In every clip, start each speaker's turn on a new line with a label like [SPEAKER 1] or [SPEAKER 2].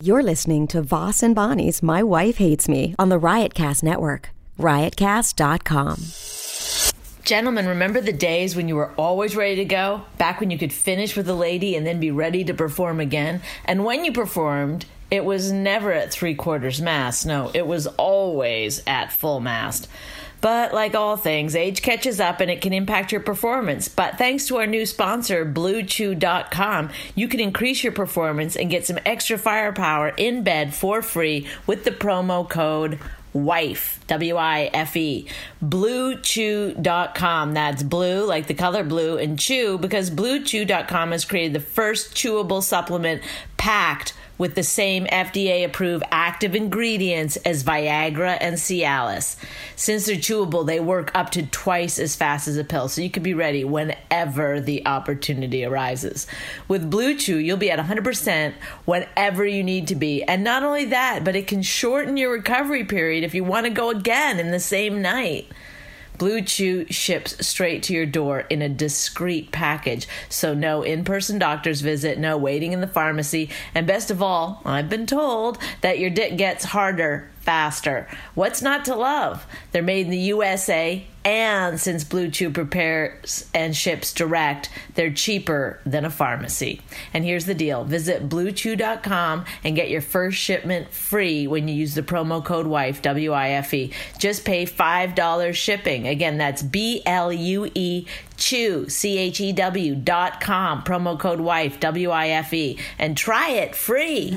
[SPEAKER 1] You're listening to Voss and Bonnie's My Wife Hates Me on the Riotcast Network, riotcast.com.
[SPEAKER 2] Gentlemen, remember the days when you were always ready to go? Back when you could finish with a lady and then be ready to perform again? And when you performed, it was never at three quarters mast. No, it was always at full mast. But like all things, age catches up and it can impact your performance. But thanks to our new sponsor, BlueChew.com, you can increase your performance and get some extra firepower in bed for free with the promo code wife w-i-f-e bluechew.com that's blue like the color blue and chew because bluechew.com has created the first chewable supplement packed with the same fda approved active ingredients as viagra and cialis since they're chewable they work up to twice as fast as a pill so you can be ready whenever the opportunity arises with blue chew you'll be at 100% whenever you need to be and not only that but it can shorten your recovery period if you want to go again in the same night Blue Chew ships straight to your door in a discreet package. So, no in person doctor's visit, no waiting in the pharmacy, and best of all, I've been told that your dick gets harder faster. What's not to love? They're made in the USA, and since Blue Chew prepares and ships direct, they're cheaper than a pharmacy. And here's the deal visit bluechew.com and get your first shipment free when you use the promo code WIFE, W I F E. Just pay $5 shipping. Again, that's B L U E Chew, C H E W dot com, promo code WIFE, W I F E, and try it free.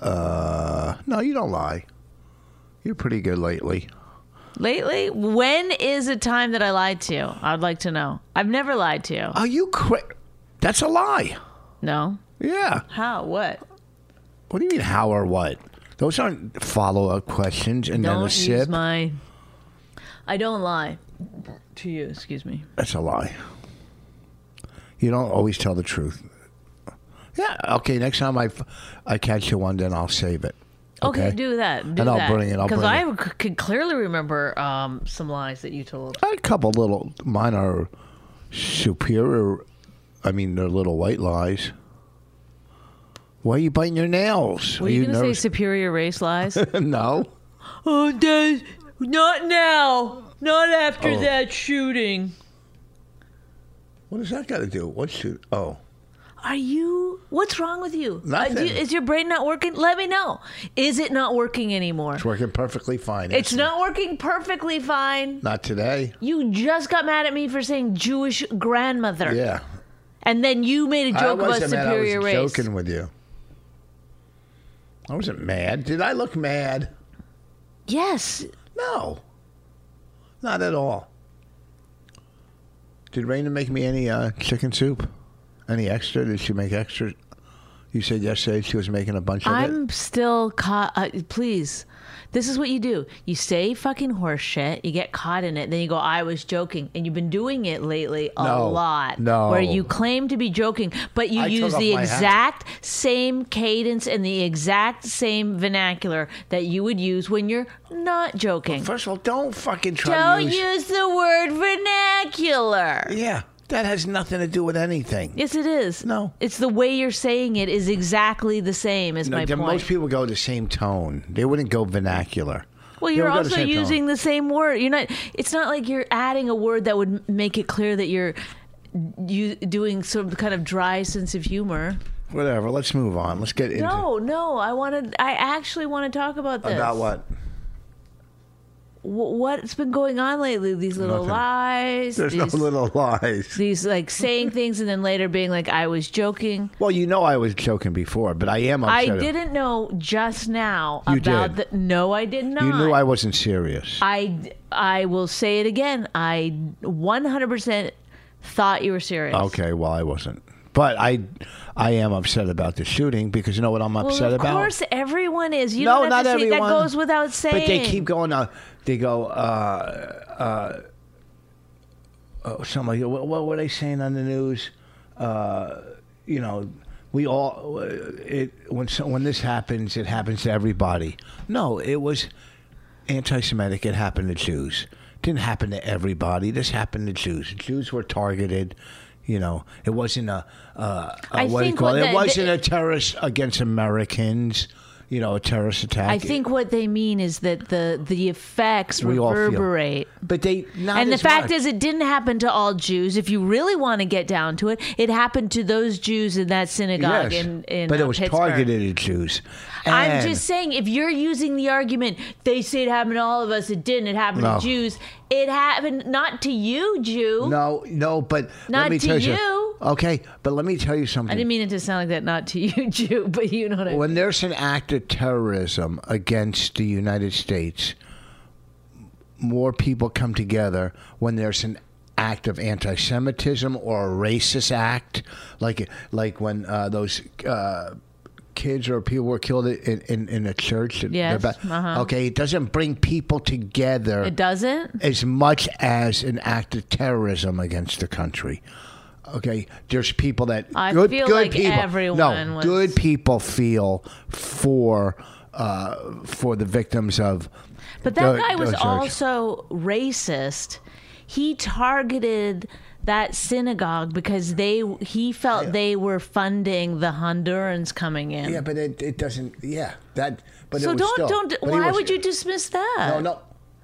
[SPEAKER 3] Uh, no, you don't lie. You're pretty good lately.
[SPEAKER 4] Lately? When is a time that I lied to you? I'd like to know. I've never lied to you.
[SPEAKER 3] Are you cra That's a lie.
[SPEAKER 4] No.
[SPEAKER 3] Yeah.
[SPEAKER 4] How? What?
[SPEAKER 3] What do you mean, how or what? Those aren't follow up questions and
[SPEAKER 4] Don't
[SPEAKER 3] then a
[SPEAKER 4] use
[SPEAKER 3] sip.
[SPEAKER 4] my. I don't lie to you. Excuse me.
[SPEAKER 3] That's a lie. You don't always tell the truth. Yeah. Okay. Next time I, f- I catch you one, then I'll save it.
[SPEAKER 4] Okay, do that. Do
[SPEAKER 3] And I'll
[SPEAKER 4] that.
[SPEAKER 3] bring it, I'll
[SPEAKER 4] Because
[SPEAKER 3] bring
[SPEAKER 4] I
[SPEAKER 3] it.
[SPEAKER 4] c- could clearly remember um, some lies that you told.
[SPEAKER 3] A couple little mine are superior. I mean, they're little white lies. Why are you biting your nails?
[SPEAKER 4] Were
[SPEAKER 3] are
[SPEAKER 4] you, going to say
[SPEAKER 3] nervous?
[SPEAKER 4] superior race lies?
[SPEAKER 3] no.
[SPEAKER 4] oh, Dad, Not now. Not after
[SPEAKER 3] Oh.
[SPEAKER 4] that shooting.
[SPEAKER 3] What does that got to do? What's to? Oh,
[SPEAKER 4] Are you? What's wrong with you? Uh,
[SPEAKER 3] Nothing.
[SPEAKER 4] do you- is your brain not working? Let me know. Is it not working anymore?
[SPEAKER 3] it's working perfectly fine.
[SPEAKER 4] It's not working perfectly fine.
[SPEAKER 3] Not today.
[SPEAKER 4] You just got mad at me for saying Jewish grandmother,
[SPEAKER 3] Yeah.
[SPEAKER 4] and then you made a
[SPEAKER 3] I
[SPEAKER 4] joke about
[SPEAKER 3] wasn't mad. I was
[SPEAKER 4] superior race.
[SPEAKER 3] joking with you. I wasn't mad. Did I look mad?
[SPEAKER 4] Yes,
[SPEAKER 3] No. Not at all. Did Raina make me any uh, chicken soup? Any extra? Did she make extra? You said yesterday she was making a bunch of it.
[SPEAKER 4] I'm still caught. Uh, please, this is what you do. You say fucking horse shit. You get caught in it. Then you go, "I was joking," and you've been doing it lately a
[SPEAKER 3] No,
[SPEAKER 4] lot.
[SPEAKER 3] no.
[SPEAKER 4] where you claim to be joking, but you
[SPEAKER 3] I took
[SPEAKER 4] use
[SPEAKER 3] off
[SPEAKER 4] the
[SPEAKER 3] my hat.
[SPEAKER 4] exact same cadence and the exact same vernacular that you would use when you're not joking.
[SPEAKER 3] First of all, don't fucking try
[SPEAKER 4] Don't
[SPEAKER 3] to use.
[SPEAKER 4] use the word vernacular.
[SPEAKER 3] yeah, that has nothing to do with anything.
[SPEAKER 4] Yes, it is.
[SPEAKER 3] No.
[SPEAKER 4] it's the way you're saying it is exactly the same as
[SPEAKER 3] No,
[SPEAKER 4] my
[SPEAKER 3] the-
[SPEAKER 4] point.
[SPEAKER 3] most people go the same tone. They wouldn't go vernacular.
[SPEAKER 4] Well,
[SPEAKER 3] They
[SPEAKER 4] you're
[SPEAKER 3] would go the
[SPEAKER 4] also
[SPEAKER 3] same tone.
[SPEAKER 4] using the same word. You're not. It's not like you're adding a word that would m- make it clear that you're you doing some kind of dry sense of humor.
[SPEAKER 3] Whatever. Let's move on. Let's get into
[SPEAKER 4] No, no. I wanted. I actually want to talk about this.
[SPEAKER 3] about what.
[SPEAKER 4] Wh- What's been going on lately? These little
[SPEAKER 3] Nothing.
[SPEAKER 4] lies.
[SPEAKER 3] There's
[SPEAKER 4] these,
[SPEAKER 3] no little lies.
[SPEAKER 4] These like saying things and then later being like, "I was joking."
[SPEAKER 3] Well, you know I was joking before, but I am
[SPEAKER 4] I
[SPEAKER 3] upset.
[SPEAKER 4] didn't know just now
[SPEAKER 3] You
[SPEAKER 4] about
[SPEAKER 3] did.
[SPEAKER 4] the. No, I did not.
[SPEAKER 3] You knew I wasn't serious.
[SPEAKER 4] I I will say it again. I 100% thought you were serious.
[SPEAKER 3] Okay, well, I wasn't, but I, I am upset about the shooting because you know what I'm
[SPEAKER 4] Well,
[SPEAKER 3] upset
[SPEAKER 4] of
[SPEAKER 3] about.
[SPEAKER 4] course, everyone is. You
[SPEAKER 3] no,
[SPEAKER 4] don't have
[SPEAKER 3] not
[SPEAKER 4] to say
[SPEAKER 3] everyone.
[SPEAKER 4] that goes without saying.
[SPEAKER 3] But they keep going. Uh, they go. Uh, uh, oh, something like what, what were they saying on the news? Uh, you know, we all uh, it when so, when this happens, it happens to everybody. No, it was anti-Semitic. It happened to Jews. Didn't happen to everybody. This happened to Jews. Jews were targeted. You know, it wasn't a, uh,
[SPEAKER 4] I
[SPEAKER 3] a what do you
[SPEAKER 4] think
[SPEAKER 3] call
[SPEAKER 4] what
[SPEAKER 3] it?
[SPEAKER 4] the-
[SPEAKER 3] it wasn't a terrorist against Americans. You know, a terrorist attack.
[SPEAKER 4] I think what they mean is that the the effects
[SPEAKER 3] We all feel.
[SPEAKER 4] reverberate.
[SPEAKER 3] But they not
[SPEAKER 4] And the
[SPEAKER 3] as
[SPEAKER 4] fact
[SPEAKER 3] much.
[SPEAKER 4] is, it didn't happen to all Jews. If you really want to get down to it, it happened to those Jews in that synagogue
[SPEAKER 3] Yes,
[SPEAKER 4] in, in
[SPEAKER 3] but
[SPEAKER 4] uh,
[SPEAKER 3] it was
[SPEAKER 4] Pittsburgh.
[SPEAKER 3] targeted at Jews.
[SPEAKER 4] I'm
[SPEAKER 3] And
[SPEAKER 4] just saying, if you're using the argument, they say it happened to all of us. It didn't. It happened
[SPEAKER 3] No.
[SPEAKER 4] to Jews. It happened not to you, Jew.
[SPEAKER 3] no, no, but
[SPEAKER 4] Not
[SPEAKER 3] let me
[SPEAKER 4] to
[SPEAKER 3] tell
[SPEAKER 4] you.
[SPEAKER 3] Okay, but let me tell you something.
[SPEAKER 4] I didn't mean it to sound like that. Not to you, Jew. But you know what I mean.
[SPEAKER 3] when there's an act of terrorism against the United States, more people come together when there's an act of anti-Semitism or a racist act, like like when uh, those uh, kids or people were killed in in, in a church. that-
[SPEAKER 4] Yes,
[SPEAKER 3] they're ba-
[SPEAKER 4] uh-huh.
[SPEAKER 3] Okay, it doesn't bring people together.
[SPEAKER 4] It doesn't.
[SPEAKER 3] as much as an act of terrorism against the country. Okay, there's people that
[SPEAKER 4] I
[SPEAKER 3] good,
[SPEAKER 4] feel
[SPEAKER 3] good
[SPEAKER 4] like
[SPEAKER 3] people.
[SPEAKER 4] everyone
[SPEAKER 3] no,
[SPEAKER 4] was-
[SPEAKER 3] good people feel for uh, for the victims of.
[SPEAKER 4] But that
[SPEAKER 3] the-
[SPEAKER 4] guy was
[SPEAKER 3] the church.
[SPEAKER 4] also racist. He targeted that synagogue because they he felt they were funding the Hondurans coming in.
[SPEAKER 3] Yeah, but it, it doesn't. Yeah, that. But it
[SPEAKER 4] so
[SPEAKER 3] was
[SPEAKER 4] don't
[SPEAKER 3] still-
[SPEAKER 4] don't.
[SPEAKER 3] but he
[SPEAKER 4] Why
[SPEAKER 3] was-
[SPEAKER 4] would you dismiss that?
[SPEAKER 3] No, no.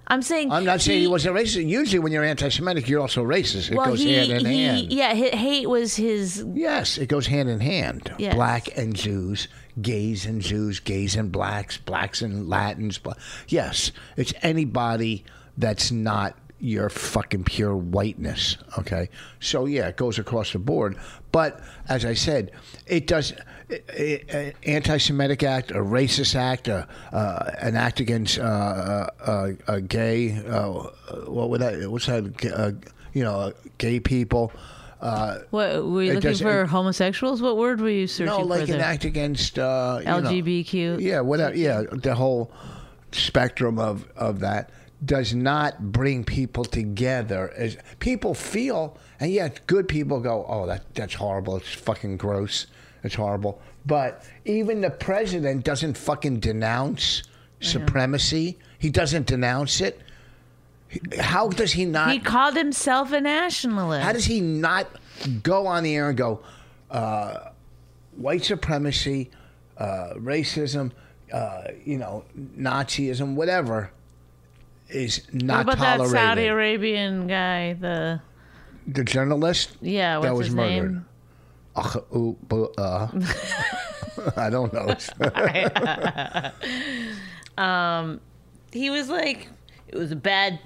[SPEAKER 4] I'm saying
[SPEAKER 3] I'm not saying he wasn't racist. Usually, when you're anti-Semitic, you're also racist. It
[SPEAKER 4] Well,
[SPEAKER 3] goes
[SPEAKER 4] he,
[SPEAKER 3] hand in
[SPEAKER 4] he
[SPEAKER 3] hand.
[SPEAKER 4] yeah, hi- hate was his
[SPEAKER 3] Yes, it goes hand in hand.
[SPEAKER 4] Yes.
[SPEAKER 3] Black and Jews, gays and Jews, gays and blacks, blacks and Latins. Bla- yes, it's anybody that's not your fucking pure whiteness. Okay, so yeah, it goes across the board. But as I said, it does. An anti-Semitic act, a racist act, a, uh, an act against uh, uh, a, a gay. Uh, what would that? What's that? Uh, you know, gay people. Uh,
[SPEAKER 4] What were you
[SPEAKER 3] It
[SPEAKER 4] looking
[SPEAKER 3] does-
[SPEAKER 4] for?
[SPEAKER 3] it-
[SPEAKER 4] homosexuals? What word were you searching
[SPEAKER 3] no, like
[SPEAKER 4] for?
[SPEAKER 3] an
[SPEAKER 4] there?
[SPEAKER 3] act against uh, you know-
[SPEAKER 4] LGBTQ.
[SPEAKER 3] yeah, whatever. Yeah, the whole spectrum of of that does not bring people together. As people feel, and yet good people go, "Oh, that that's horrible. It's fucking gross. It's horrible." But even the president doesn't fucking denounce supremacy. He doesn't denounce it. He- How does he not?
[SPEAKER 4] he called himself a nationalist.
[SPEAKER 3] How does he not go on the air and go, uh, white supremacy, uh, racism, uh, you know, Nazism, whatever? is
[SPEAKER 4] What
[SPEAKER 3] not
[SPEAKER 4] about that
[SPEAKER 3] tolerated.
[SPEAKER 4] Saudi Arabian guy? The
[SPEAKER 3] the journalist
[SPEAKER 4] yeah, what's
[SPEAKER 3] that was
[SPEAKER 4] his
[SPEAKER 3] murdered.
[SPEAKER 4] name?
[SPEAKER 3] Ugh, ooh, boo, uh. I don't know.
[SPEAKER 4] He was like, it was a bad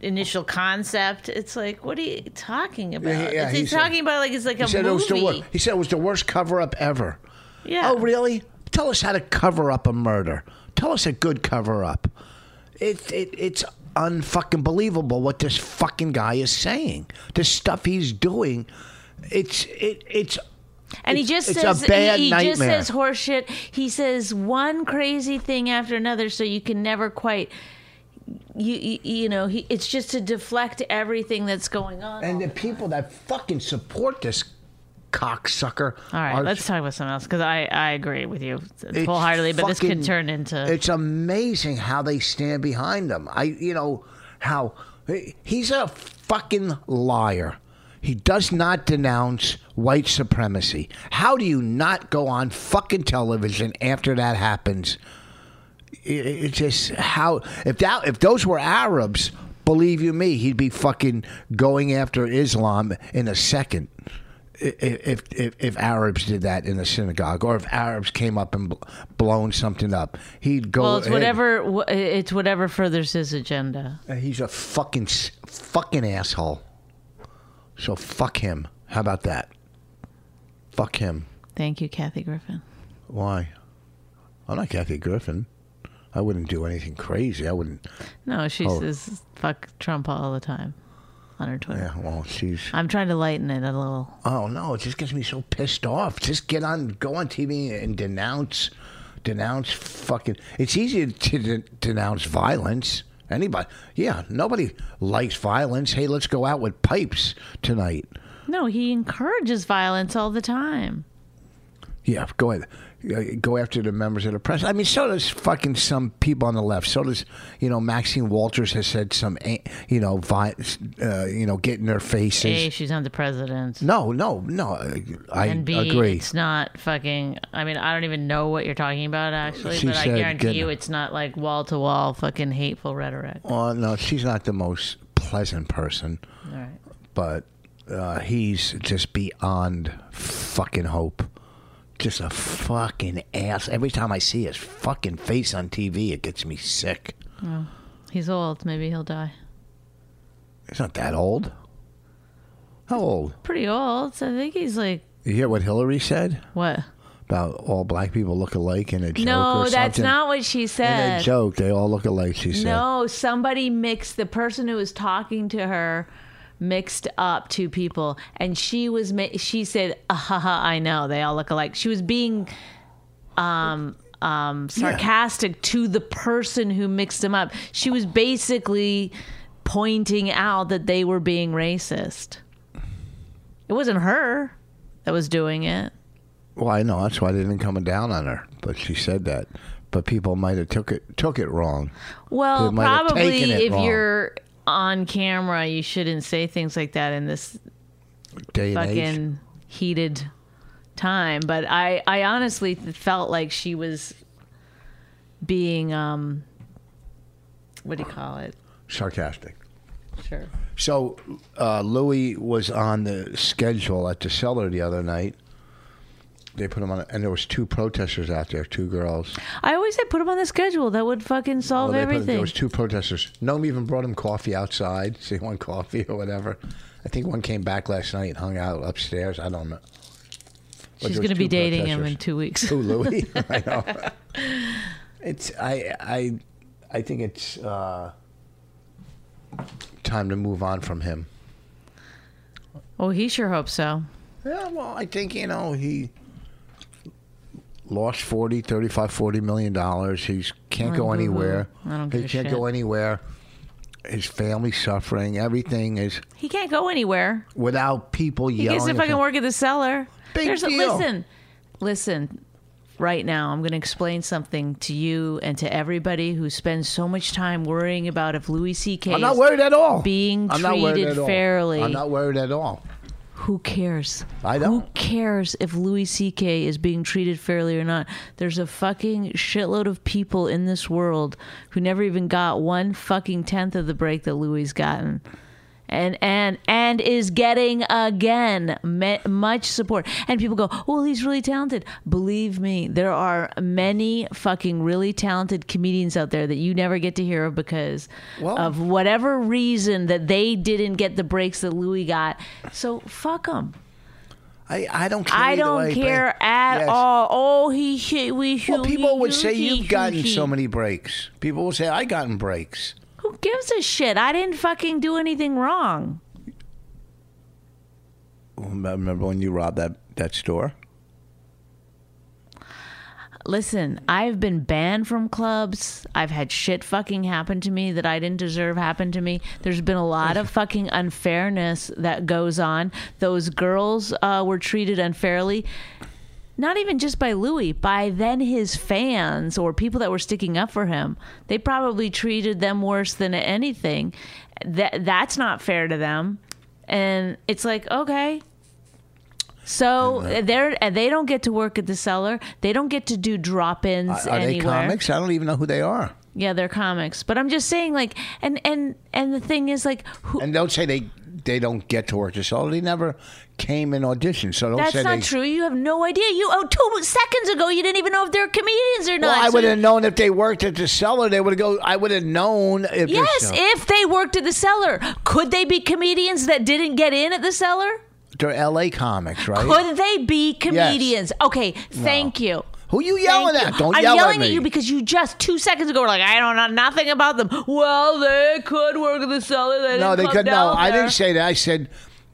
[SPEAKER 4] initial concept. It's like, what are you talking about?
[SPEAKER 3] Yeah, yeah,
[SPEAKER 4] It's- he's
[SPEAKER 3] he said-
[SPEAKER 4] talking about like it's like a
[SPEAKER 3] He said it was
[SPEAKER 4] movie.
[SPEAKER 3] the worst. He said it was the worst cover up ever.
[SPEAKER 4] Yeah.
[SPEAKER 3] Oh, really? Tell us how to cover up a murder. Tell us a good cover up. It, it it's unfucking believable what this fucking guy is saying. The stuff he's doing. It's it it's
[SPEAKER 4] And he
[SPEAKER 3] It's-
[SPEAKER 4] just
[SPEAKER 3] it's a
[SPEAKER 4] says
[SPEAKER 3] bad
[SPEAKER 4] he, he just
[SPEAKER 3] nightmare.
[SPEAKER 4] says horseshit. He says one crazy thing after another, so you can never quite. You, you, you know, he, it's just to deflect everything that's going on.
[SPEAKER 3] and the people that fucking support this cocksucker.
[SPEAKER 4] All right,
[SPEAKER 3] are-
[SPEAKER 4] let's talk about something else because I, I agree with you
[SPEAKER 3] it's
[SPEAKER 4] wholeheartedly, but this
[SPEAKER 3] fucking-
[SPEAKER 4] could turn into.
[SPEAKER 3] It's amazing how they stand behind him. I, you know, how he- he's a fucking liar. He does not denounce white supremacy. How do you not go on fucking television after that happens? It, it it's just how if that if those were Arabs, believe you me, he'd be fucking going after Islam in a second if, if if Arabs did that in the synagogue, or if Arabs came up and bl- blown something up, he'd go.
[SPEAKER 4] well, it's
[SPEAKER 3] ahead.
[SPEAKER 4] whatever. wh- It's whatever furthers his agenda.
[SPEAKER 3] He's a fucking s- fucking asshole. So fuck him. How about that? Fuck him.
[SPEAKER 4] Thank you, Kathy Griffin.
[SPEAKER 3] Why? I'm not Kathy Griffin. I wouldn't do anything crazy. I wouldn't.
[SPEAKER 4] No, she
[SPEAKER 3] Oh.
[SPEAKER 4] says fuck Trump all the time on her Twitter.
[SPEAKER 3] Yeah. Well, she's.
[SPEAKER 4] I'm trying to lighten it a little.
[SPEAKER 3] Oh no! It just gets me so pissed off. Just get on, go on TV and denounce, denounce fucking. It's easy to de- denounce violence. Anybody? Yeah, nobody likes violence. Hey, let's go out with pipes tonight.
[SPEAKER 4] No, he encourages violence all the time.
[SPEAKER 3] Yeah, go ahead. Uh, Go after the members of the press. I mean, so does fucking some people on the left. So does you know Maxine Walters has said some eh, you know vi- uh, you know get in their
[SPEAKER 4] A,
[SPEAKER 3] faces.
[SPEAKER 4] she's not the president.
[SPEAKER 3] No, no, no. I, I
[SPEAKER 4] and B,
[SPEAKER 3] agree.
[SPEAKER 4] it's not fucking. I mean, I don't even know what you're talking about actually,
[SPEAKER 3] She
[SPEAKER 4] but I
[SPEAKER 3] said,
[SPEAKER 4] guarantee
[SPEAKER 3] "Good-
[SPEAKER 4] you, it's not like wall to wall fucking hateful rhetoric. All
[SPEAKER 3] Well, no, she's not the most pleasant person,
[SPEAKER 4] right.
[SPEAKER 3] but uh, he's just beyond fucking hope. Just a fucking ass. Every time I see his fucking face on TV, it gets me sick.
[SPEAKER 4] He's old. Maybe he'll die.
[SPEAKER 3] He's not that old. How old?
[SPEAKER 4] Pretty old. So I think he's like
[SPEAKER 3] You hear what Hillary said
[SPEAKER 4] what?
[SPEAKER 3] about all black people look alike in a joke
[SPEAKER 4] no,
[SPEAKER 3] or
[SPEAKER 4] that's
[SPEAKER 3] something?
[SPEAKER 4] not what she
[SPEAKER 3] in a
[SPEAKER 4] said.
[SPEAKER 3] joke. They all look alike. She said.
[SPEAKER 4] No, somebody mixed the person who was talking to her mixed up two people, and she was ma- she said, "Ah, "Ha ha, I know they all look alike." She was being um um sarcastic to the person who mixed them up. She was basically pointing out that they were being racist. It wasn't her that was doing it.
[SPEAKER 3] Well, I know that's why they didn't come down on her, but she said that. But people might have took it took it wrong.
[SPEAKER 4] Well,
[SPEAKER 3] They might have
[SPEAKER 4] probably
[SPEAKER 3] taken it
[SPEAKER 4] if
[SPEAKER 3] wrong.
[SPEAKER 4] you're on camera, you shouldn't say things like that in this
[SPEAKER 3] Day and age.
[SPEAKER 4] fucking heated time but i i honestly th- felt like she was being um what do you call it
[SPEAKER 3] sarcastic.
[SPEAKER 4] sure
[SPEAKER 3] So uh, Louis was on the schedule at the cellar the other night. They put him on, and there was two protesters out there, two girls.
[SPEAKER 4] i always say put him on the schedule that would fucking solve
[SPEAKER 3] Well, they put- there
[SPEAKER 4] Oh, everything
[SPEAKER 3] was two protesters. Noam even brought him coffee outside. So he wanted coffee or whatever. I think one came back last night and hung out upstairs. I don't know. But
[SPEAKER 4] she's
[SPEAKER 3] there was
[SPEAKER 4] gonna be
[SPEAKER 3] two
[SPEAKER 4] dating him in
[SPEAKER 3] protesters.
[SPEAKER 4] two weeks
[SPEAKER 3] Who, Louis? I know. It's I I I think it's uh, time to move on from him.
[SPEAKER 4] oh he sure hopes so
[SPEAKER 3] Yeah, well, I think, you know, he lost 40, 35, 40 million dollars. He can't go
[SPEAKER 4] boo-hoo.
[SPEAKER 3] anywhere.
[SPEAKER 4] Mm-hmm. I don't
[SPEAKER 3] he
[SPEAKER 4] give a
[SPEAKER 3] can't
[SPEAKER 4] shit.
[SPEAKER 3] go anywhere. His family's suffering. Everything is
[SPEAKER 4] he can't go anywhere
[SPEAKER 3] without people
[SPEAKER 4] he
[SPEAKER 3] yelling.
[SPEAKER 4] gets to
[SPEAKER 3] at
[SPEAKER 4] fucking
[SPEAKER 3] him.
[SPEAKER 4] work at the cellar
[SPEAKER 3] Big
[SPEAKER 4] There's a-
[SPEAKER 3] deal.
[SPEAKER 4] listen listen right now i'm going to explain something to you and to everybody who spends so much time worrying about if louis ck
[SPEAKER 3] I'm not worried at all.
[SPEAKER 4] being
[SPEAKER 3] I'm not worried
[SPEAKER 4] treated
[SPEAKER 3] at all.
[SPEAKER 4] fairly.
[SPEAKER 3] I'm not worried at all.
[SPEAKER 2] who cares?
[SPEAKER 3] I
[SPEAKER 2] Who
[SPEAKER 3] don't.
[SPEAKER 2] cares if Louis C.K. is being treated fairly or not? There's a fucking shitload of people in this world who never even got one fucking tenth of the break that Louis's gotten. And, and and is getting again me- much support and people go well he's really talented believe me there are many fucking really talented comedians out there that you never get to hear of because
[SPEAKER 3] Well-
[SPEAKER 2] of whatever reason that they didn't get the breaks that Louis got so fuck them
[SPEAKER 3] I, I don't care.
[SPEAKER 2] I
[SPEAKER 3] either
[SPEAKER 2] don't
[SPEAKER 3] way, but-
[SPEAKER 2] care at
[SPEAKER 3] Yes.
[SPEAKER 2] all. Oh, he, he we he,
[SPEAKER 3] Well, people would
[SPEAKER 2] he,
[SPEAKER 3] say
[SPEAKER 2] he,
[SPEAKER 3] you've
[SPEAKER 2] he,
[SPEAKER 3] gotten
[SPEAKER 2] he.
[SPEAKER 3] so many breaks. People will say I gotten breaks.
[SPEAKER 2] Who gives a shit? I didn't fucking do anything wrong.
[SPEAKER 3] I remember when you robbed that that store?
[SPEAKER 2] Listen, I've been banned from clubs. I've had shit fucking happen to me that I didn't deserve happen to me. There's been a lot of fucking unfairness that goes on. Those girls uh, were treated unfairly. Not even just by Louis, by then his fans or people that were sticking up for him. They probably treated them worse than anything. That that's not fair to them. And it's like, okay, so uh, they're they don't get to work at the cellar. They don't get to do drop-ins
[SPEAKER 3] Are they
[SPEAKER 2] anywhere.
[SPEAKER 3] comics? I don't even know who they are.
[SPEAKER 2] Yeah, they're comics. But I'm just saying, like, and and and the thing is, like, who,
[SPEAKER 3] And don't say they they don't get to work. So they never came and auditioned. So don't
[SPEAKER 2] that's
[SPEAKER 3] say
[SPEAKER 2] not
[SPEAKER 3] they.
[SPEAKER 2] true. You have no idea. You oh, two seconds ago, you didn't even know if they're comedians or
[SPEAKER 3] Well,
[SPEAKER 2] not.
[SPEAKER 3] I
[SPEAKER 2] So
[SPEAKER 3] would
[SPEAKER 2] you-
[SPEAKER 3] have known if they worked at the cellar. They would go. I would have known. If they-
[SPEAKER 2] Yes, if they worked at the cellar, could they be comedians that didn't get in at the cellar?
[SPEAKER 3] they're L.A. comics, right?
[SPEAKER 2] Could they be comedians? Okay, thank you.
[SPEAKER 3] Who you yelling
[SPEAKER 2] Thank
[SPEAKER 3] at?
[SPEAKER 2] you.
[SPEAKER 3] Don't
[SPEAKER 2] I'm
[SPEAKER 3] yell
[SPEAKER 2] yelling
[SPEAKER 3] at me.
[SPEAKER 2] you because you just two seconds ago were like, I don't know nothing about them. Well, they could work at the cellar. They didn't
[SPEAKER 3] no, they
[SPEAKER 2] come
[SPEAKER 3] could. No,
[SPEAKER 2] down
[SPEAKER 3] I
[SPEAKER 2] there.
[SPEAKER 3] didn't say that. I said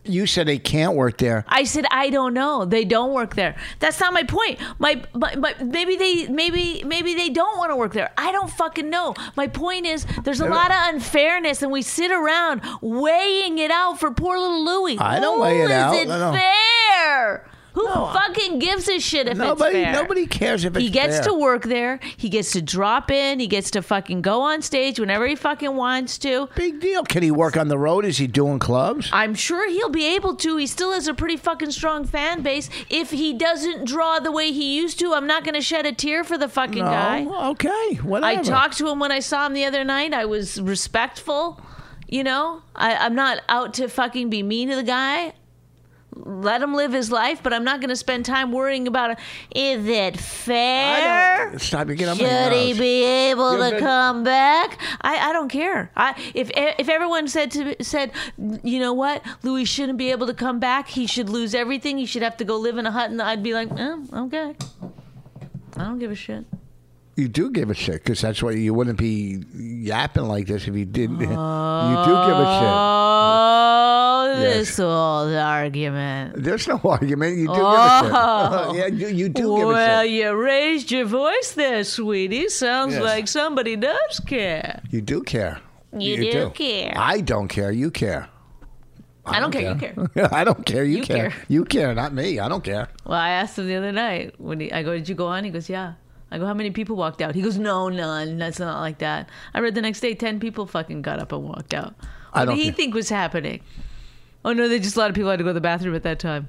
[SPEAKER 3] you said they can't work there.
[SPEAKER 2] I said I don't know. They don't work there. That's not my point. My, my, my maybe they maybe maybe they don't want to work there. I don't fucking know. My point is there's a lot of unfairness, and we sit around weighing it out for poor little Louie.
[SPEAKER 3] I don't weigh it
[SPEAKER 2] is
[SPEAKER 3] out.
[SPEAKER 2] It
[SPEAKER 3] I don't-
[SPEAKER 2] fair? Who fucking gives a shit if
[SPEAKER 3] Nobody,
[SPEAKER 2] it's fair?
[SPEAKER 3] nobody cares if it's
[SPEAKER 2] He gets
[SPEAKER 3] fair.
[SPEAKER 2] to work there. He gets to drop in. He gets to fucking go on stage whenever he fucking wants to.
[SPEAKER 3] Big deal. Can he work on the road? Is he doing clubs?
[SPEAKER 2] I'm sure he'll be able to. He still has a pretty fucking strong fan base. If he doesn't draw the way he used to, I'm not going to shed a tear for the fucking guy.
[SPEAKER 3] No. Oh, Okay. Whatever.
[SPEAKER 2] I talked to him when I saw him the other night. I was respectful. You know, I, I'm not out to fucking be mean to the guy. Let him live his life, but I'm not going to spend time worrying about is it
[SPEAKER 3] I
[SPEAKER 2] fair?
[SPEAKER 3] don't- Stop. You're getting
[SPEAKER 2] Should he be able
[SPEAKER 3] You're
[SPEAKER 2] to
[SPEAKER 3] good.
[SPEAKER 2] come back? I, I don't care. I if e, if everyone said to said, you know what, Louis shouldn't be able to come back. He should lose everything. He should have to go live in a hut, and I'd be like, eh, okay. I don't give a shit.
[SPEAKER 3] You do give a shit because that's why you wouldn't be yapping like this if you didn't. you do give a
[SPEAKER 2] Oh,
[SPEAKER 3] Yes.
[SPEAKER 2] this old argument.
[SPEAKER 3] shit. There's no argument. You do
[SPEAKER 2] Oh.
[SPEAKER 3] give a shit. yeah, you, you do give a
[SPEAKER 2] Well,
[SPEAKER 3] shit.
[SPEAKER 2] you raised your voice there, sweetie. Sounds
[SPEAKER 3] Yes.
[SPEAKER 2] like somebody does care.
[SPEAKER 3] You do care.
[SPEAKER 2] You do care.
[SPEAKER 3] I don't care. You care.
[SPEAKER 2] I, don't, care. You care.
[SPEAKER 3] I don't care. You,
[SPEAKER 2] You
[SPEAKER 3] care.
[SPEAKER 2] care.
[SPEAKER 3] You care, not me. I don't care.
[SPEAKER 2] Well, I asked him the other night when he, I go, "Did you go on?" He goes, "Yeah." I go, "How many people walked out?" He goes, "No, none. That's not like that." I read the next day, ten people fucking got up and walked out. What
[SPEAKER 3] I don't
[SPEAKER 2] did he
[SPEAKER 3] think-
[SPEAKER 2] think was happening? Oh no, they just a lot of people had to go to the bathroom at that time.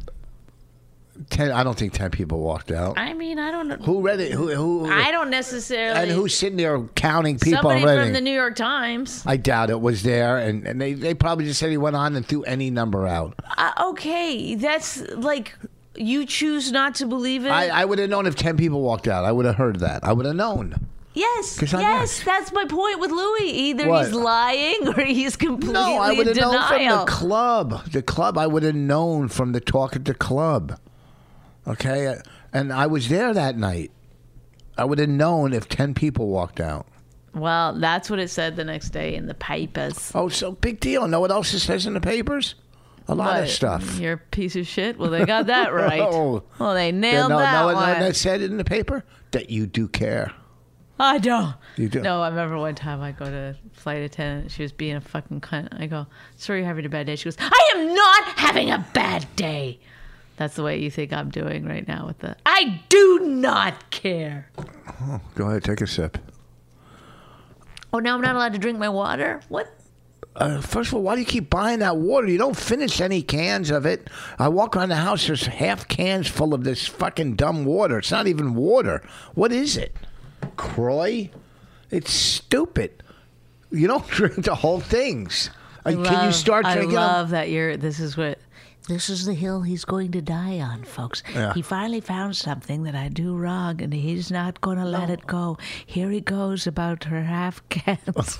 [SPEAKER 3] Ten. I don't think ten people walked out.
[SPEAKER 2] I mean, I don't. know.
[SPEAKER 3] who read it? Who? Who?
[SPEAKER 2] I don't necessarily.
[SPEAKER 3] and who's sitting there counting people
[SPEAKER 2] somebody
[SPEAKER 3] already?
[SPEAKER 2] from the New York Times?
[SPEAKER 3] I doubt it was there, and, and they, they probably just said he went on and threw any number out.
[SPEAKER 2] Uh, okay, that's like you choose not to believe it.
[SPEAKER 3] I, I would have known if 10 people walked out. I would have heard that. I would have known.
[SPEAKER 2] yes,
[SPEAKER 3] 'Cause I'm
[SPEAKER 2] yes,
[SPEAKER 3] not-
[SPEAKER 2] that's my point with Louis. Either
[SPEAKER 3] What?
[SPEAKER 2] he's lying or he's completely
[SPEAKER 3] No, I would
[SPEAKER 2] in
[SPEAKER 3] have known from
[SPEAKER 2] denial.
[SPEAKER 3] the club. The club, I would have known from the talk at the club. Okay? And I was there that night. I would have known if 10 people walked out.
[SPEAKER 2] Well, that's what it said the next day in the papers.
[SPEAKER 3] Oh, so big deal. Know what else it says in the papers? A lot
[SPEAKER 2] What?
[SPEAKER 3] of stuff.
[SPEAKER 2] You're a piece of shit. Well, they got that right.
[SPEAKER 3] Oh.
[SPEAKER 2] Well, they
[SPEAKER 3] Yeah,
[SPEAKER 2] nailed
[SPEAKER 3] no,
[SPEAKER 2] that
[SPEAKER 3] no,
[SPEAKER 2] one.
[SPEAKER 3] no, that said in the paper that you do care.
[SPEAKER 2] I don't.
[SPEAKER 3] You do.
[SPEAKER 2] No, I remember one time I go to flight attendant. She was being a fucking cunt. I go, "Sorry, you're having a bad day." She goes, "I am not having a bad day." That's the way you think I'm doing right now with the. "Ah, I do not care.
[SPEAKER 3] Go ahead, take a sip.
[SPEAKER 2] Oh, now I'm not allowed to drink my water. What?
[SPEAKER 3] uh, first of all, why do you keep buying that water? You don't finish any cans of it. I walk around the house, there's half cans full of this fucking dumb water. It's not even water. What is it? Croy? It's stupid. You don't drink the whole things. Uh, Can you
[SPEAKER 4] love-
[SPEAKER 3] start drinking
[SPEAKER 4] I
[SPEAKER 3] them?
[SPEAKER 4] love that you're. This is what. This is the hill he's going to die on, folks.
[SPEAKER 3] Yeah.
[SPEAKER 4] He finally found something that I do wrong, and he's not going to let it go. Here he goes about her half cans.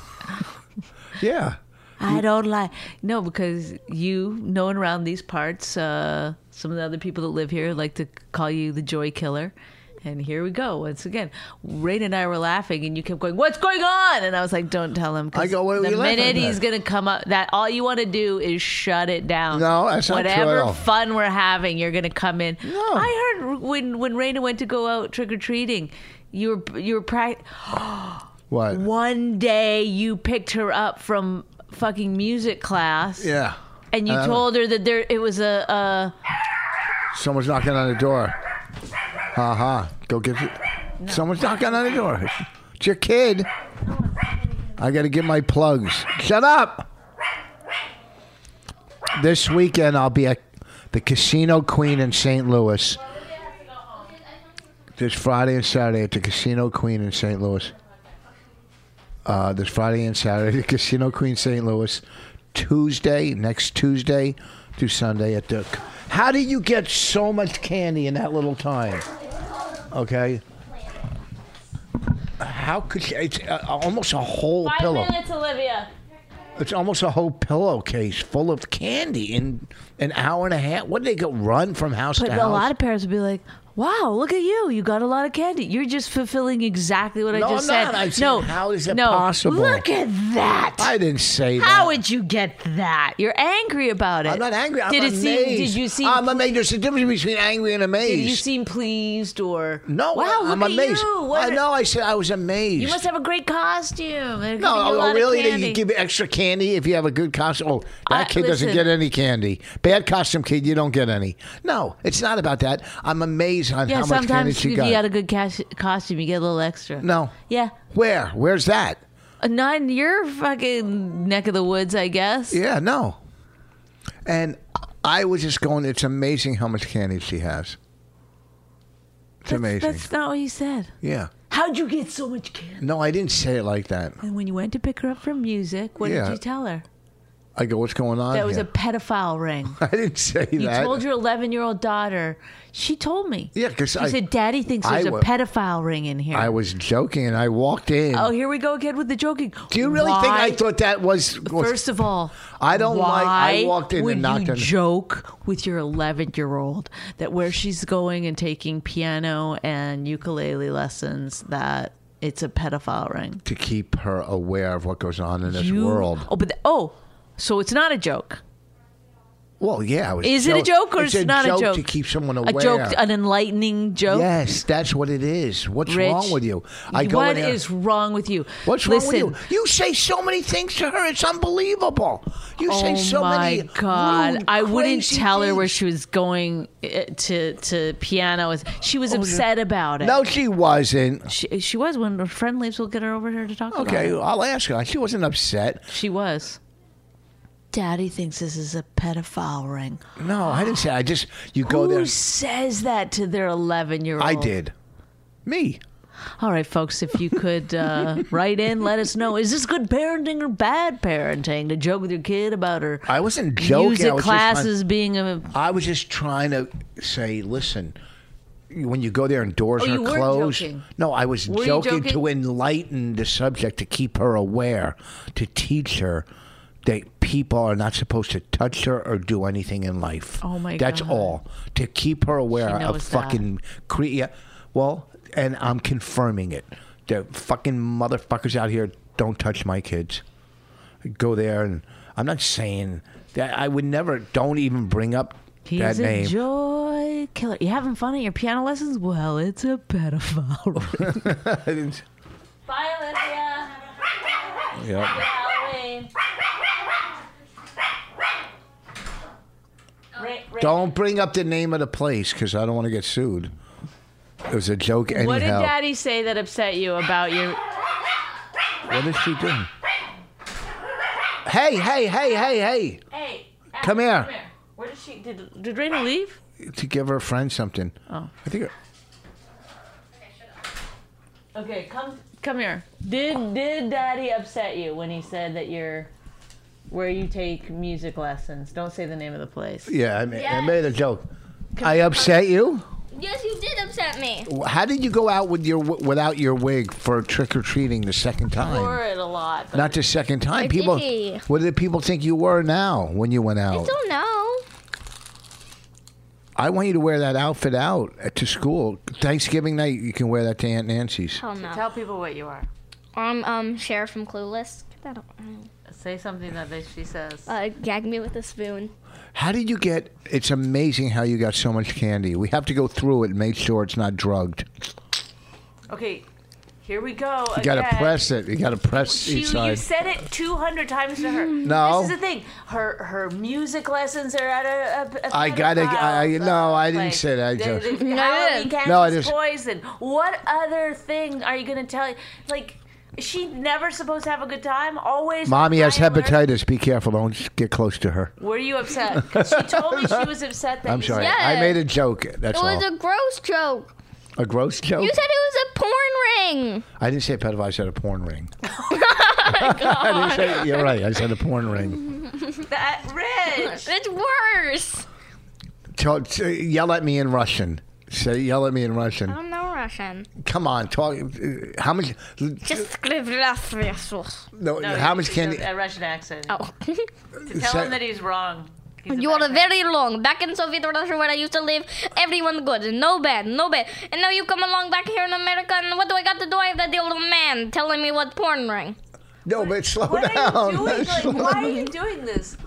[SPEAKER 3] Yeah.
[SPEAKER 4] I don't like no because you knowing around these parts, uh, some of the other people that live here like to call you the joy killer. And here we go once again. Rain and I were laughing, and you kept going, "What's going on?" And I was like, "Don't tell him." 'cause
[SPEAKER 3] I go, "What are
[SPEAKER 4] the
[SPEAKER 3] you laughing
[SPEAKER 4] minute he's
[SPEAKER 3] at?"
[SPEAKER 4] gonna come up, that all you want to do is shut it down.
[SPEAKER 3] No, that's not true at
[SPEAKER 4] whatever
[SPEAKER 3] all.
[SPEAKER 4] fun we're having, you're gonna come in.
[SPEAKER 3] No.
[SPEAKER 4] I heard when when Raina went to go out trick or treating, you were you were pra-
[SPEAKER 3] What?
[SPEAKER 4] one day you picked her up from fucking music class
[SPEAKER 3] Yeah.
[SPEAKER 4] and you
[SPEAKER 3] Uh,
[SPEAKER 4] told her that there it was a uh
[SPEAKER 3] Someone's knocking on the door. Uh huh. Go get it. Someone's knocking on the door. It's your kid. I got to get my plugs. Shut up. This weekend I'll be at the Casino Queen in St. Louis. This Friday and Saturday at the Casino Queen in St. Louis. Uh, this Friday and Saturday at the Casino Queen St. Louis. Tuesday, next Tuesday through Sunday at the. How do you get so much candy in that little time? Okay. How could she, it's uh, almost a whole pillow?
[SPEAKER 4] olivia
[SPEAKER 3] It's almost a whole pillowcase full of candy in an hour and a half. What did they go run from house
[SPEAKER 4] but
[SPEAKER 3] to
[SPEAKER 4] a
[SPEAKER 3] house?
[SPEAKER 4] lot of parents would be like wow look at you you got a lot of candy you're just fulfilling exactly what
[SPEAKER 3] No,
[SPEAKER 4] i just
[SPEAKER 3] I'm
[SPEAKER 4] said
[SPEAKER 3] not. I said,
[SPEAKER 4] no
[SPEAKER 3] how is that
[SPEAKER 4] no.
[SPEAKER 3] possible?
[SPEAKER 4] look at that
[SPEAKER 3] I didn't say
[SPEAKER 4] how
[SPEAKER 3] that.
[SPEAKER 4] would you get that you're angry about it
[SPEAKER 3] I'm not angry. I'm
[SPEAKER 4] did it
[SPEAKER 3] amazed.
[SPEAKER 4] seem did you seem
[SPEAKER 3] I'm amazed. There's a difference between angry and amazed.
[SPEAKER 4] did you seem pleased or
[SPEAKER 3] no,
[SPEAKER 4] wow
[SPEAKER 3] I'm
[SPEAKER 4] look
[SPEAKER 3] amazed.
[SPEAKER 4] at you what
[SPEAKER 3] I
[SPEAKER 4] a-
[SPEAKER 3] know. I said I was amazed.
[SPEAKER 4] you must have a great costume
[SPEAKER 3] no,
[SPEAKER 4] They're giving you a lot
[SPEAKER 3] oh,
[SPEAKER 4] of
[SPEAKER 3] really? They-
[SPEAKER 4] candy.
[SPEAKER 3] You give extra candy if you have a good costume. Oh, that
[SPEAKER 4] I-
[SPEAKER 3] kid doesn't
[SPEAKER 4] listen.
[SPEAKER 3] get any candy. Bad costume kid, you don't get any. No, it's not about that. I'm amazed on
[SPEAKER 4] Yeah,
[SPEAKER 3] how much candy
[SPEAKER 4] sometimes
[SPEAKER 3] she
[SPEAKER 4] if
[SPEAKER 3] got.
[SPEAKER 4] you got a good cas- costume, you get a little extra.
[SPEAKER 3] no.
[SPEAKER 4] Yeah.
[SPEAKER 3] Where? Where's that?
[SPEAKER 4] Uh, Not in your fucking neck of the woods, I guess.
[SPEAKER 3] Yeah, no. And I was just going, it's amazing how much candy she has. It's amazing.
[SPEAKER 4] That's not what you said.
[SPEAKER 3] yeah.
[SPEAKER 4] How'd you get so much candy?
[SPEAKER 3] No, I didn't say it like that.
[SPEAKER 4] And when you went to pick her up from music, what
[SPEAKER 3] Yeah.
[SPEAKER 4] did you tell her?
[SPEAKER 3] I go, what's going on?
[SPEAKER 4] That was a
[SPEAKER 3] here?
[SPEAKER 4] pedophile ring.
[SPEAKER 3] I didn't say
[SPEAKER 4] You
[SPEAKER 3] that.
[SPEAKER 4] told your 11 year old daughter. She told me.
[SPEAKER 3] Yeah, 'cause
[SPEAKER 4] she
[SPEAKER 3] I-
[SPEAKER 4] said, Daddy thinks
[SPEAKER 3] I
[SPEAKER 4] there's
[SPEAKER 3] wa-
[SPEAKER 4] a pedophile ring in here.
[SPEAKER 3] I was joking and I walked in.
[SPEAKER 4] oh, here we go again with the joking.
[SPEAKER 3] Do you really think I
[SPEAKER 4] Why-
[SPEAKER 3] thought that was. was
[SPEAKER 4] First of all,
[SPEAKER 3] I don't
[SPEAKER 4] why
[SPEAKER 3] like- I walked in and
[SPEAKER 4] would
[SPEAKER 3] knocked
[SPEAKER 4] you
[SPEAKER 3] on the-
[SPEAKER 4] joke with your 11 year old that where she's going and taking piano and ukulele lessons that it's a pedophile ring.
[SPEAKER 3] to keep her aware of what goes on in this
[SPEAKER 4] You-
[SPEAKER 3] world.
[SPEAKER 4] Oh, but the- oh, so it's not a joke.
[SPEAKER 3] Well, yeah. I was
[SPEAKER 4] Is it a joke or
[SPEAKER 3] it's
[SPEAKER 4] it's not a joke?
[SPEAKER 3] to keep someone
[SPEAKER 4] A
[SPEAKER 3] aware.
[SPEAKER 4] joke, an enlightening joke.
[SPEAKER 3] Yes, that's what it is. What's
[SPEAKER 4] Rich,
[SPEAKER 3] wrong with you? I go
[SPEAKER 4] what
[SPEAKER 3] in there-
[SPEAKER 4] is wrong with you?
[SPEAKER 3] What's
[SPEAKER 4] Listen,
[SPEAKER 3] wrong with you? You say so many things to her. It's unbelievable. You say so many.
[SPEAKER 4] Oh my god!
[SPEAKER 3] rude,
[SPEAKER 4] I wouldn't
[SPEAKER 3] crazy
[SPEAKER 4] tell her where
[SPEAKER 3] things.
[SPEAKER 4] she was going eh, to to piano. She was upset about it.
[SPEAKER 3] Oh, No, she wasn't.
[SPEAKER 4] She, she was when her friend leaves. We'll get her over here to talk. about
[SPEAKER 3] Okay,
[SPEAKER 4] it.
[SPEAKER 3] I'll ask her. She wasn't upset.
[SPEAKER 4] she was. Daddy thinks this is a pedophile ring.
[SPEAKER 3] No, I didn't say. I just you go
[SPEAKER 4] Who
[SPEAKER 3] there.
[SPEAKER 4] says that to their eleven-year-old?
[SPEAKER 3] I did. Me.
[SPEAKER 4] All right, folks, if you could uh, write in, let us know. Is this good parenting or bad parenting to joke with your kid about her
[SPEAKER 3] I wasn't joking.
[SPEAKER 4] music
[SPEAKER 3] I was just trying-
[SPEAKER 4] classes being a?
[SPEAKER 3] I was just trying to say, listen. When you go there and doors
[SPEAKER 4] Oh,
[SPEAKER 3] are
[SPEAKER 4] you were
[SPEAKER 3] closed,
[SPEAKER 4] joking.
[SPEAKER 3] no, I was
[SPEAKER 4] Were you
[SPEAKER 3] joking,
[SPEAKER 4] joking?
[SPEAKER 3] to enlighten the subject to keep her aware, to teach her that people are not supposed to touch her or do anything in life.
[SPEAKER 4] Oh, my
[SPEAKER 3] That's
[SPEAKER 4] God.
[SPEAKER 3] all to keep her aware of
[SPEAKER 4] knows that.
[SPEAKER 3] fucking cre- yeah, Well, and I'm confirming it. The fucking motherfuckers out here don't touch my kids go there and I'm not saying that I would never don't even bring up
[SPEAKER 4] He's
[SPEAKER 3] that
[SPEAKER 4] a
[SPEAKER 3] name.
[SPEAKER 4] joy killer. You having fun at your piano lessons? Well, it's a
[SPEAKER 3] Oh,
[SPEAKER 4] pedophile. ring.
[SPEAKER 3] I didn't-
[SPEAKER 5] Bye, Olivia.
[SPEAKER 3] yeah.
[SPEAKER 5] Halloween.
[SPEAKER 3] Don't bring up the name of the place because I don't want to get sued. It was a joke anyhow.
[SPEAKER 4] what did Daddy say that upset you about your?
[SPEAKER 3] What is she doing? Hey, hey, hey, hey, hey.
[SPEAKER 4] Hey,
[SPEAKER 3] Come here.
[SPEAKER 4] Where did she? Did did Raina leave?
[SPEAKER 3] To give her friend something. Oh. I think.
[SPEAKER 4] Okay, come.
[SPEAKER 2] Come here.
[SPEAKER 4] Did did Daddy upset you when he said that you're where you take music lessons? Don't say the name of the place.
[SPEAKER 3] Yeah, I made, I
[SPEAKER 6] Yes.
[SPEAKER 3] made a joke. I upset you.
[SPEAKER 6] Yes, you did upset me.
[SPEAKER 3] How did you go out with your wi- without your wig for trick or treating the second time?
[SPEAKER 4] Or it a lot. But
[SPEAKER 3] Not the second time.
[SPEAKER 6] Or
[SPEAKER 3] People,
[SPEAKER 6] did he?
[SPEAKER 3] what did people think you were now when you went
[SPEAKER 6] I
[SPEAKER 3] out?
[SPEAKER 6] don't know.
[SPEAKER 3] I want you to wear that outfit out at, to school. Thanksgiving night, you can wear that to Aunt Nancy's.
[SPEAKER 6] Oh no.
[SPEAKER 4] tell people what you are.
[SPEAKER 6] I'm um Cher from Clueless. I don't.
[SPEAKER 4] Say something that they, she says.
[SPEAKER 6] Uh, gag me with a spoon.
[SPEAKER 3] How did you get? It's amazing how you got so much candy. We have to go through it and make sure it's not drugged.
[SPEAKER 4] Okay, here we go.
[SPEAKER 3] You got to
[SPEAKER 4] again.
[SPEAKER 3] press it. You got to press
[SPEAKER 4] She,
[SPEAKER 3] each
[SPEAKER 4] you
[SPEAKER 3] side.
[SPEAKER 4] said it 200 times to her.
[SPEAKER 3] No.
[SPEAKER 4] This is the thing. Her her music lessons are at a. a, a
[SPEAKER 3] I gotta- I- I- no, I didn't say that. I just-
[SPEAKER 4] no,
[SPEAKER 6] I
[SPEAKER 4] Halloween
[SPEAKER 6] did.
[SPEAKER 4] candy's
[SPEAKER 3] No, I just-
[SPEAKER 4] poison. What other thing are you going to tell? Like, is she never supposed to have a good time? Always.
[SPEAKER 3] Mommy has
[SPEAKER 4] high alert?
[SPEAKER 3] hepatitis. Be careful. Don't get close to her.
[SPEAKER 4] Were you upset? 'Cause she told me she was upset that
[SPEAKER 3] I'm
[SPEAKER 4] you
[SPEAKER 3] sorry.
[SPEAKER 6] Yes.
[SPEAKER 3] I made a joke. That's
[SPEAKER 6] It was
[SPEAKER 3] all.
[SPEAKER 6] a gross joke.
[SPEAKER 3] A gross joke.
[SPEAKER 6] You said it was a porn ring.
[SPEAKER 3] I didn't say pedophile. I said a porn ring.
[SPEAKER 6] Oh
[SPEAKER 3] I didn't say, you're right. I said a porn ring.
[SPEAKER 4] said that. Rich.
[SPEAKER 6] It's worse.
[SPEAKER 3] Talk, t- yell at me in Russian. Say yell at me in Russian.
[SPEAKER 4] Oh.
[SPEAKER 6] I'm no Russian.
[SPEAKER 3] Come on, talk. uh, How much?
[SPEAKER 6] Just Oh.
[SPEAKER 3] No, how much candy? Oh,
[SPEAKER 4] A Russian accent. Tell
[SPEAKER 3] say-
[SPEAKER 4] him that he's wrong. He's a
[SPEAKER 6] You are
[SPEAKER 4] bad
[SPEAKER 6] very long. Back in Soviet Russia where I used to live, everyone good. No bad, no bad. And now you come along back here in America and what do I got to do? I have that old man telling me what porn ring.
[SPEAKER 3] no, but slow
[SPEAKER 4] What
[SPEAKER 3] down.
[SPEAKER 4] are you doing? Like,
[SPEAKER 3] Slow
[SPEAKER 4] why are you doing this?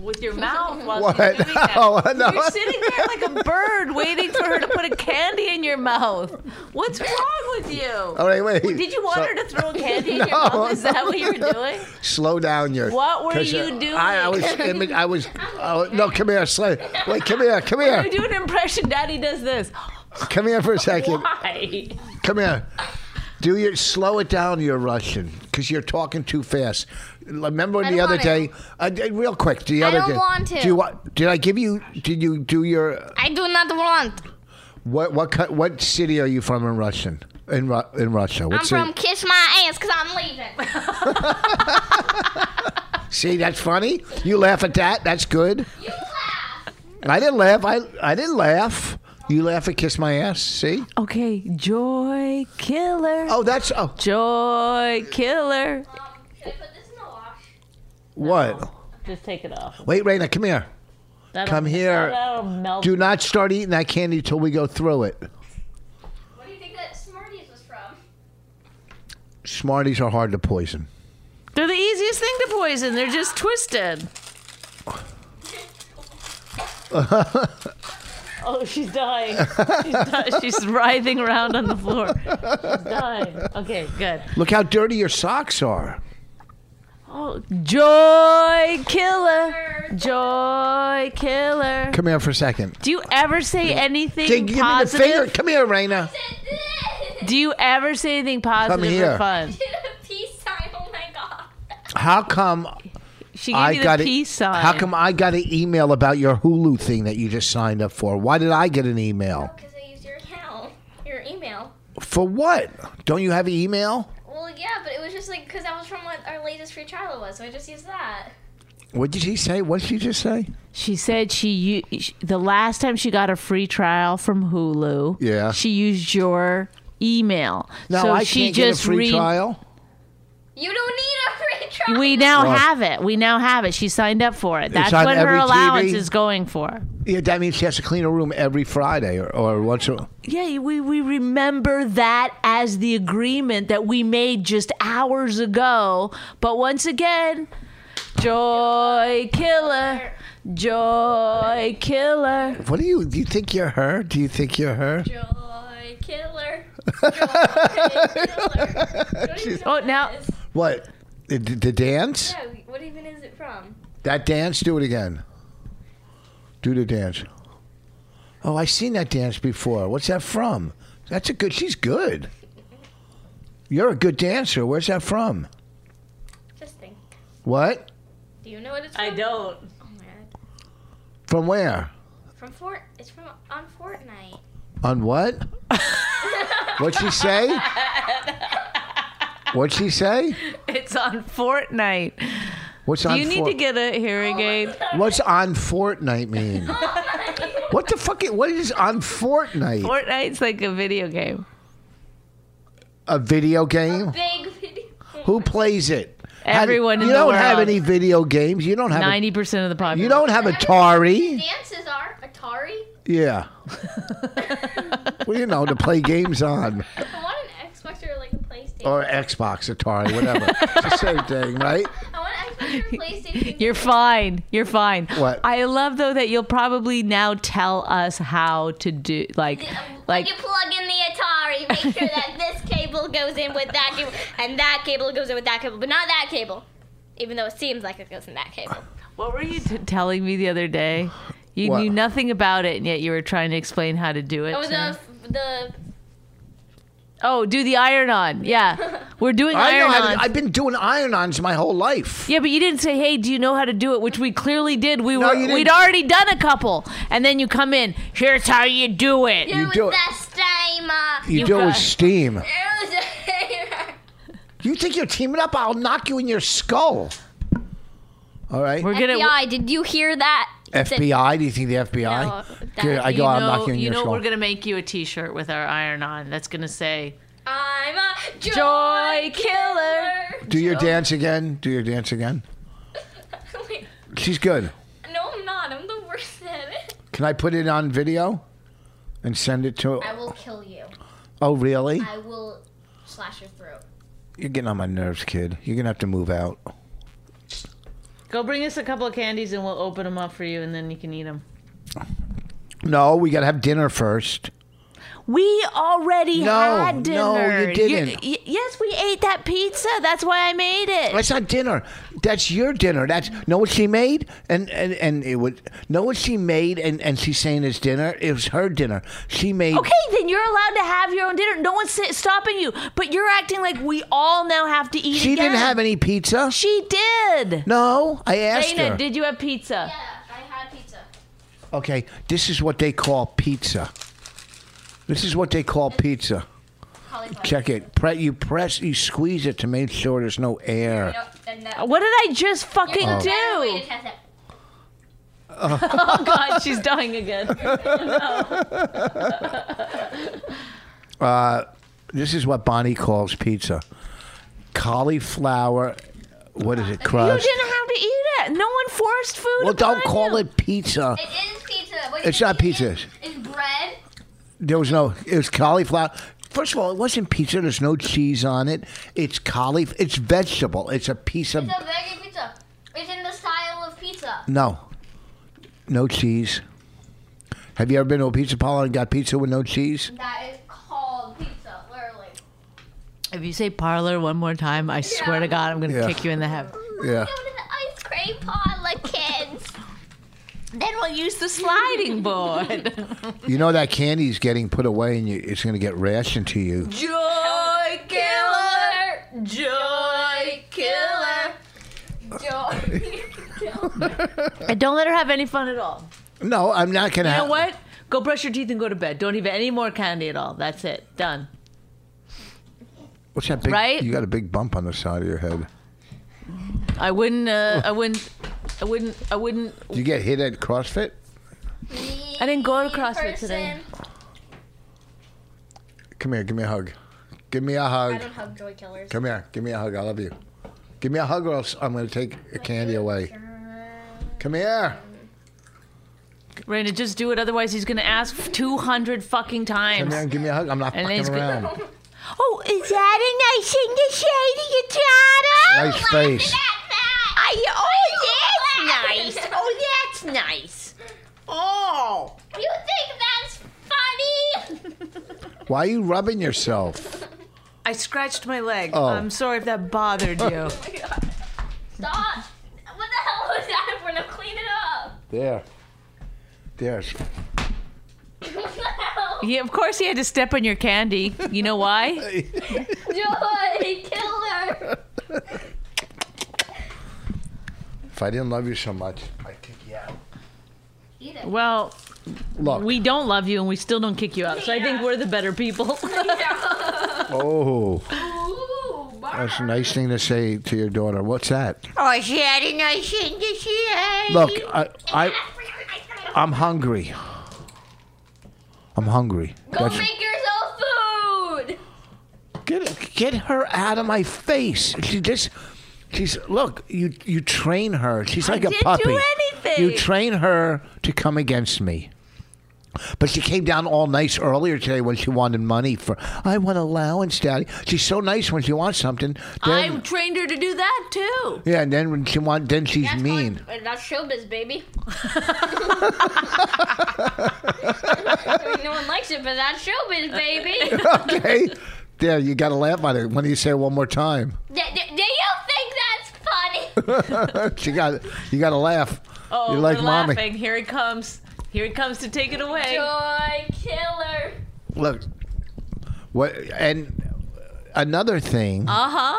[SPEAKER 4] With your mouth while
[SPEAKER 3] What?
[SPEAKER 4] you're doing that.
[SPEAKER 3] No, no.
[SPEAKER 4] You're sitting there like a bird waiting for her to put a candy in your mouth. What's wrong with you?
[SPEAKER 3] All right, wait.
[SPEAKER 4] Did you want
[SPEAKER 3] So-
[SPEAKER 4] her to throw a candy in your
[SPEAKER 3] No.
[SPEAKER 4] mouth? Is that what you were doing?
[SPEAKER 3] Slow down, your.
[SPEAKER 4] What were
[SPEAKER 3] 'cause, uh,
[SPEAKER 4] you doing?
[SPEAKER 3] I, I was. I, mean, I was. oh, no, come here. Slow. Wait, come here. Come here.
[SPEAKER 4] I do an impression. Daddy does this.
[SPEAKER 3] Come here for a second.
[SPEAKER 4] Why?
[SPEAKER 3] Come here. Do your slow it down, your Russian, because you're talking too fast. Remember
[SPEAKER 6] I
[SPEAKER 3] the
[SPEAKER 6] don't
[SPEAKER 3] other
[SPEAKER 6] want
[SPEAKER 3] day, I did- real quick. The
[SPEAKER 6] I
[SPEAKER 3] other
[SPEAKER 6] don't
[SPEAKER 3] day,
[SPEAKER 6] want to.
[SPEAKER 3] Do you, wa- did I give you? Did you do your
[SPEAKER 6] I do not want.
[SPEAKER 3] what? What cut- what city are you from in Russian? In Ru- in Russia, what
[SPEAKER 6] I'm
[SPEAKER 3] city?
[SPEAKER 6] from Kiss My Ass because I'm leaving.
[SPEAKER 3] See, that's funny. You laugh at that. That's good.
[SPEAKER 6] You laugh.
[SPEAKER 3] I didn't laugh. I I didn't laugh. You laugh at kiss my ass. See?
[SPEAKER 2] Okay, joy killer.
[SPEAKER 3] Oh, that's oh
[SPEAKER 2] Joy killer.
[SPEAKER 6] Um, should I put this in the wash?
[SPEAKER 3] what?
[SPEAKER 4] Just take it off.
[SPEAKER 3] Wait, Raina, come here.
[SPEAKER 4] That'll,
[SPEAKER 3] Come here.
[SPEAKER 4] That'll melt.
[SPEAKER 3] Do not start eating that candy until we go through it.
[SPEAKER 6] What do you think that Smarties was from?
[SPEAKER 3] Smarties are hard to poison.
[SPEAKER 4] They're the easiest thing to poison. They're just twisted. oh, she's dying. She's, di- she's writhing around on the floor. She's dying. Okay, good.
[SPEAKER 3] Look how dirty your socks are.
[SPEAKER 4] Oh, joy killer. Joy killer.
[SPEAKER 3] Come here for a second.
[SPEAKER 4] Do you ever say anything
[SPEAKER 3] Jake, give
[SPEAKER 4] positive?
[SPEAKER 3] me the finger. Come here, Raina.
[SPEAKER 4] Do you ever say anything
[SPEAKER 3] Come
[SPEAKER 4] positive
[SPEAKER 3] here.
[SPEAKER 4] or fun?
[SPEAKER 6] Peace sign. Oh my god.
[SPEAKER 3] How come
[SPEAKER 4] She gave
[SPEAKER 3] I
[SPEAKER 4] you the
[SPEAKER 3] got
[SPEAKER 4] peace sign.
[SPEAKER 3] How come I got an email about your Hulu thing that you just signed up for? Why did I get an email?
[SPEAKER 6] Because I Oh, used your account, your email.
[SPEAKER 3] For what? Don't you have email?
[SPEAKER 6] Well, yeah, but it was just like because that was from what our latest free trial was, so I just used that.
[SPEAKER 3] What did she say? What did she just say?
[SPEAKER 2] She said she u- sh- the last time she got a free trial from Hulu.
[SPEAKER 3] Yeah.
[SPEAKER 2] She used your email.
[SPEAKER 3] No,
[SPEAKER 2] so
[SPEAKER 3] I
[SPEAKER 2] she
[SPEAKER 3] can't
[SPEAKER 2] just
[SPEAKER 3] get a free
[SPEAKER 2] re-
[SPEAKER 3] trial.
[SPEAKER 6] You don't need a free trial.
[SPEAKER 2] We now
[SPEAKER 3] Right.
[SPEAKER 2] have it. We now have it. She signed up for it. That's
[SPEAKER 3] on
[SPEAKER 2] what her
[SPEAKER 3] every
[SPEAKER 2] allowance
[SPEAKER 3] TV.
[SPEAKER 2] is going for.
[SPEAKER 3] Yeah, that means she has to clean her room every Friday or, or once. A,
[SPEAKER 2] Yeah, we, we remember that as the agreement that we made just hours ago. But once again, joy killer, joy killer.
[SPEAKER 3] what do you? Do you think you're her? Do you think you're her?
[SPEAKER 6] Joy killer. Joy killer. What even
[SPEAKER 2] Oh,
[SPEAKER 6] that
[SPEAKER 2] now-
[SPEAKER 6] is.
[SPEAKER 3] What? The, the dance?
[SPEAKER 6] Yeah, what even is it from?
[SPEAKER 3] That dance? Do it again. Do the dance. Oh, I've seen that dance before. What's that from? That's a good. She's good. You're a good dancer. Where's that from?
[SPEAKER 6] Just think.
[SPEAKER 3] What?
[SPEAKER 6] Do you know what it's from?
[SPEAKER 7] I don't.
[SPEAKER 6] Oh my god.
[SPEAKER 3] From where?
[SPEAKER 6] From Fort. It's from on Fortnite.
[SPEAKER 3] On what? What'd she say? What'd she say?
[SPEAKER 4] It's on Fortnite.
[SPEAKER 3] What's on
[SPEAKER 4] you need
[SPEAKER 3] Fort-
[SPEAKER 4] to get a hearing aid.
[SPEAKER 3] What's on Fortnite mean? what the fuck? i- What is on Fortnite?
[SPEAKER 4] Fortnite's like a video game.
[SPEAKER 3] a video game?
[SPEAKER 6] Big video.
[SPEAKER 3] Who plays it? How do-
[SPEAKER 4] Everyone in
[SPEAKER 3] You
[SPEAKER 4] the
[SPEAKER 3] don't have
[SPEAKER 4] world.
[SPEAKER 3] any video games. You don't have. a-
[SPEAKER 4] Ninety percent of the population.
[SPEAKER 3] you don't have Atari.
[SPEAKER 6] Dances are Atari.
[SPEAKER 3] Yeah. well, you know, to play games on
[SPEAKER 6] I want an Xbox or like a PlayStation.
[SPEAKER 3] or Xbox, Atari, whatever. it's the same thing, right?
[SPEAKER 6] I want an Xbox or a PlayStation.
[SPEAKER 4] You're fine. You're fine.
[SPEAKER 3] What?
[SPEAKER 4] I love though that you'll probably now tell us how to do like like
[SPEAKER 6] you plug in the Atari, make sure that this cable goes in with that cable, and that cable goes in with that cable, but not that cable. Even though it seems like it goes in that cable.
[SPEAKER 4] what were you t- telling me the other day? You
[SPEAKER 3] What?
[SPEAKER 4] knew nothing about it and yet you were trying to explain how to do it.
[SPEAKER 6] Oh,
[SPEAKER 4] to me.
[SPEAKER 6] the the
[SPEAKER 4] oh do the iron on. Yeah. We're doing
[SPEAKER 3] I know.
[SPEAKER 4] iron
[SPEAKER 3] I've,
[SPEAKER 4] on.
[SPEAKER 3] I've been doing iron-ons my whole life.
[SPEAKER 4] Yeah, but you didn't say, "Hey, do you know how to do it?" Which we clearly did. We
[SPEAKER 3] No,
[SPEAKER 4] were
[SPEAKER 3] you didn't.
[SPEAKER 4] we'd already done a couple, and then you come in. Here's how you do it.
[SPEAKER 6] it was
[SPEAKER 3] do it-
[SPEAKER 6] the steamer.
[SPEAKER 3] You, do it with steam.
[SPEAKER 6] It was a steamer.
[SPEAKER 3] You think you're teaming up? I'll knock you in your skull. All right.
[SPEAKER 4] We're gonna.
[SPEAKER 6] FBI, did you hear that? It's a-
[SPEAKER 3] FBI? Do you think the FBI?
[SPEAKER 6] No, that-
[SPEAKER 3] Okay, I
[SPEAKER 6] you
[SPEAKER 3] go.
[SPEAKER 4] you
[SPEAKER 3] I'm
[SPEAKER 4] know,
[SPEAKER 3] knocking in
[SPEAKER 4] you
[SPEAKER 3] your
[SPEAKER 4] know
[SPEAKER 3] skull.
[SPEAKER 4] we're gonna make you a T-shirt with our iron on. That's gonna say
[SPEAKER 6] I'm a joy,
[SPEAKER 4] Joy
[SPEAKER 6] killer.
[SPEAKER 3] do your dance again. Do your dance again.
[SPEAKER 6] Wait,
[SPEAKER 3] She's good.
[SPEAKER 6] no, I'm not. I'm the worst at it.
[SPEAKER 3] Can I put it on video and send it to?
[SPEAKER 6] I will kill you.
[SPEAKER 3] Oh, really?
[SPEAKER 6] I will slash your throat.
[SPEAKER 3] You're getting on my nerves, kid. You're gonna have to move out.
[SPEAKER 7] Go bring us a couple of candies and we'll open them up for you, and then you can eat them.
[SPEAKER 3] No, we gotta have dinner first.
[SPEAKER 4] we already
[SPEAKER 3] No,
[SPEAKER 4] had dinner.
[SPEAKER 3] no, you didn't.
[SPEAKER 4] y- yes, we ate that pizza. That's why I made it.
[SPEAKER 3] That's not dinner. That's your dinner. That's know what she made, and and and it would know what she made, and and she's saying it's dinner. It was her dinner. She made.
[SPEAKER 4] Okay, then you're allowed to have your own dinner. No one's si- stopping you. But you're acting like we all now have to eat.
[SPEAKER 3] She
[SPEAKER 4] again.
[SPEAKER 3] didn't have any pizza.
[SPEAKER 4] She did.
[SPEAKER 3] No, I asked her.
[SPEAKER 4] Dana, did you have pizza?
[SPEAKER 6] Yeah, I had pizza.
[SPEAKER 3] Okay, this is what they call pizza. This is what they call pizza.
[SPEAKER 6] Cauliflower.
[SPEAKER 3] Check it. Pre- you press, you squeeze it to make sure there's no air.
[SPEAKER 6] Nope, and that-
[SPEAKER 4] What did I just fucking
[SPEAKER 6] There's
[SPEAKER 4] do?
[SPEAKER 6] a better way to test it.
[SPEAKER 4] Oh God, she's dying again.
[SPEAKER 3] This is what Bonnie calls pizza. Cauliflower. What is it?
[SPEAKER 4] You
[SPEAKER 3] Crust.
[SPEAKER 4] didn't have to eat it. No one forced food.
[SPEAKER 3] Well, don't
[SPEAKER 4] upon
[SPEAKER 3] call
[SPEAKER 4] you.
[SPEAKER 3] it pizza.
[SPEAKER 6] It is pizza. What do you
[SPEAKER 3] It's
[SPEAKER 6] think
[SPEAKER 3] not
[SPEAKER 6] it is?
[SPEAKER 3] pizza.
[SPEAKER 6] It's bread.
[SPEAKER 3] There was no. It was cauliflower. First of all, it wasn't pizza. There's no cheese on it. It's cauliflower. It's vegetable. It's a piece of.
[SPEAKER 6] It's a vegan pizza. It's in the style of pizza.
[SPEAKER 3] No. No cheese. Have you ever been to a pizza parlor and got pizza with no cheese?
[SPEAKER 6] That is called pizza, literally.
[SPEAKER 4] If you say parlor one more time, I swear to God, I'm gonna
[SPEAKER 3] Yeah.
[SPEAKER 4] kick you in the head.
[SPEAKER 3] Yeah.
[SPEAKER 6] Go to the ice cream parlor, kids.
[SPEAKER 4] Then we'll use the sliding board.
[SPEAKER 3] You know that candy's getting put away and you, it's going to get rationed to you.
[SPEAKER 4] Joy
[SPEAKER 6] Killer.
[SPEAKER 4] joy
[SPEAKER 6] Killer. Joy.
[SPEAKER 4] And don't let her have any fun at all.
[SPEAKER 3] No, I'm not going to.
[SPEAKER 4] You know what? Go brush your teeth and go to bed. Don't even any more candy at all. That's it. Done.
[SPEAKER 3] What's that big?
[SPEAKER 4] Right?
[SPEAKER 3] You got a big bump on the side of your head.
[SPEAKER 4] I wouldn't. Uh, I wouldn't. I wouldn't. I wouldn't.
[SPEAKER 3] Did you get hit at CrossFit?
[SPEAKER 4] I didn't go to CrossFit today.
[SPEAKER 3] Come here, give me a hug. Give me a hug.
[SPEAKER 6] I don't hug joy killers.
[SPEAKER 3] Come here, give me a hug. I love you. Give me a hug or else I'm going to take a candy away. Come here.
[SPEAKER 4] Raina, just do it. Otherwise, he's gonna ask two hundred fucking
[SPEAKER 3] Come
[SPEAKER 4] times.
[SPEAKER 3] here and give me a hug. I'm not
[SPEAKER 4] And
[SPEAKER 3] fucking
[SPEAKER 4] it's good.
[SPEAKER 3] around.
[SPEAKER 4] Oh, is that a nice thing to say to your daughter?
[SPEAKER 3] Nice face.
[SPEAKER 4] oh,
[SPEAKER 6] that's nice.
[SPEAKER 4] Oh, that's nice. Oh.
[SPEAKER 6] You think that's funny?
[SPEAKER 3] Why are you rubbing yourself?
[SPEAKER 4] I scratched my leg.
[SPEAKER 3] Oh.
[SPEAKER 4] I'm sorry if that bothered you.
[SPEAKER 6] Stop. What the hell was that? We're gonna clean it up.
[SPEAKER 3] There. There's.
[SPEAKER 6] What the hell?
[SPEAKER 4] yeah, of course he had to step on your candy. You know why?
[SPEAKER 6] Joy killer.
[SPEAKER 3] If I didn't love you so much, I'd kick you out.
[SPEAKER 6] Eat it.
[SPEAKER 2] Well,
[SPEAKER 3] Look.
[SPEAKER 2] we don't love you and we still don't kick you out. So I think we're the better people.
[SPEAKER 3] oh,
[SPEAKER 6] Ooh,
[SPEAKER 3] that's a nice thing to say to your daughter. What's that?
[SPEAKER 6] Oh, she had a nice thing to say.
[SPEAKER 3] Look, I, I, I'm hungry. I'm hungry.
[SPEAKER 6] Go make yourself food.
[SPEAKER 3] Get get her out of my face. She just she's look, you you train her. She's like a
[SPEAKER 6] didn't
[SPEAKER 3] puppy.
[SPEAKER 6] do anything.
[SPEAKER 3] You train her to come against me. But she came down all nice earlier today when she wanted money for I want allowance, Daddy. She's so nice when she wants something. Then,
[SPEAKER 2] I trained her to do that too.
[SPEAKER 3] yeah, and then when she want then she's mean.
[SPEAKER 6] Called, that's showbiz, baby. no one likes it, but that's showbiz, baby.
[SPEAKER 3] okay. There, you gotta laugh at it. When do you say it one more time?
[SPEAKER 6] do, do, do you think that's funny?
[SPEAKER 3] she got you gotta laugh.
[SPEAKER 2] Oh,
[SPEAKER 3] you like
[SPEAKER 2] we're
[SPEAKER 3] mommy.
[SPEAKER 2] laughing. Here he comes. Here he comes to take it away.
[SPEAKER 6] Joy killer.
[SPEAKER 3] Look, what and another thing,
[SPEAKER 2] Uh huh.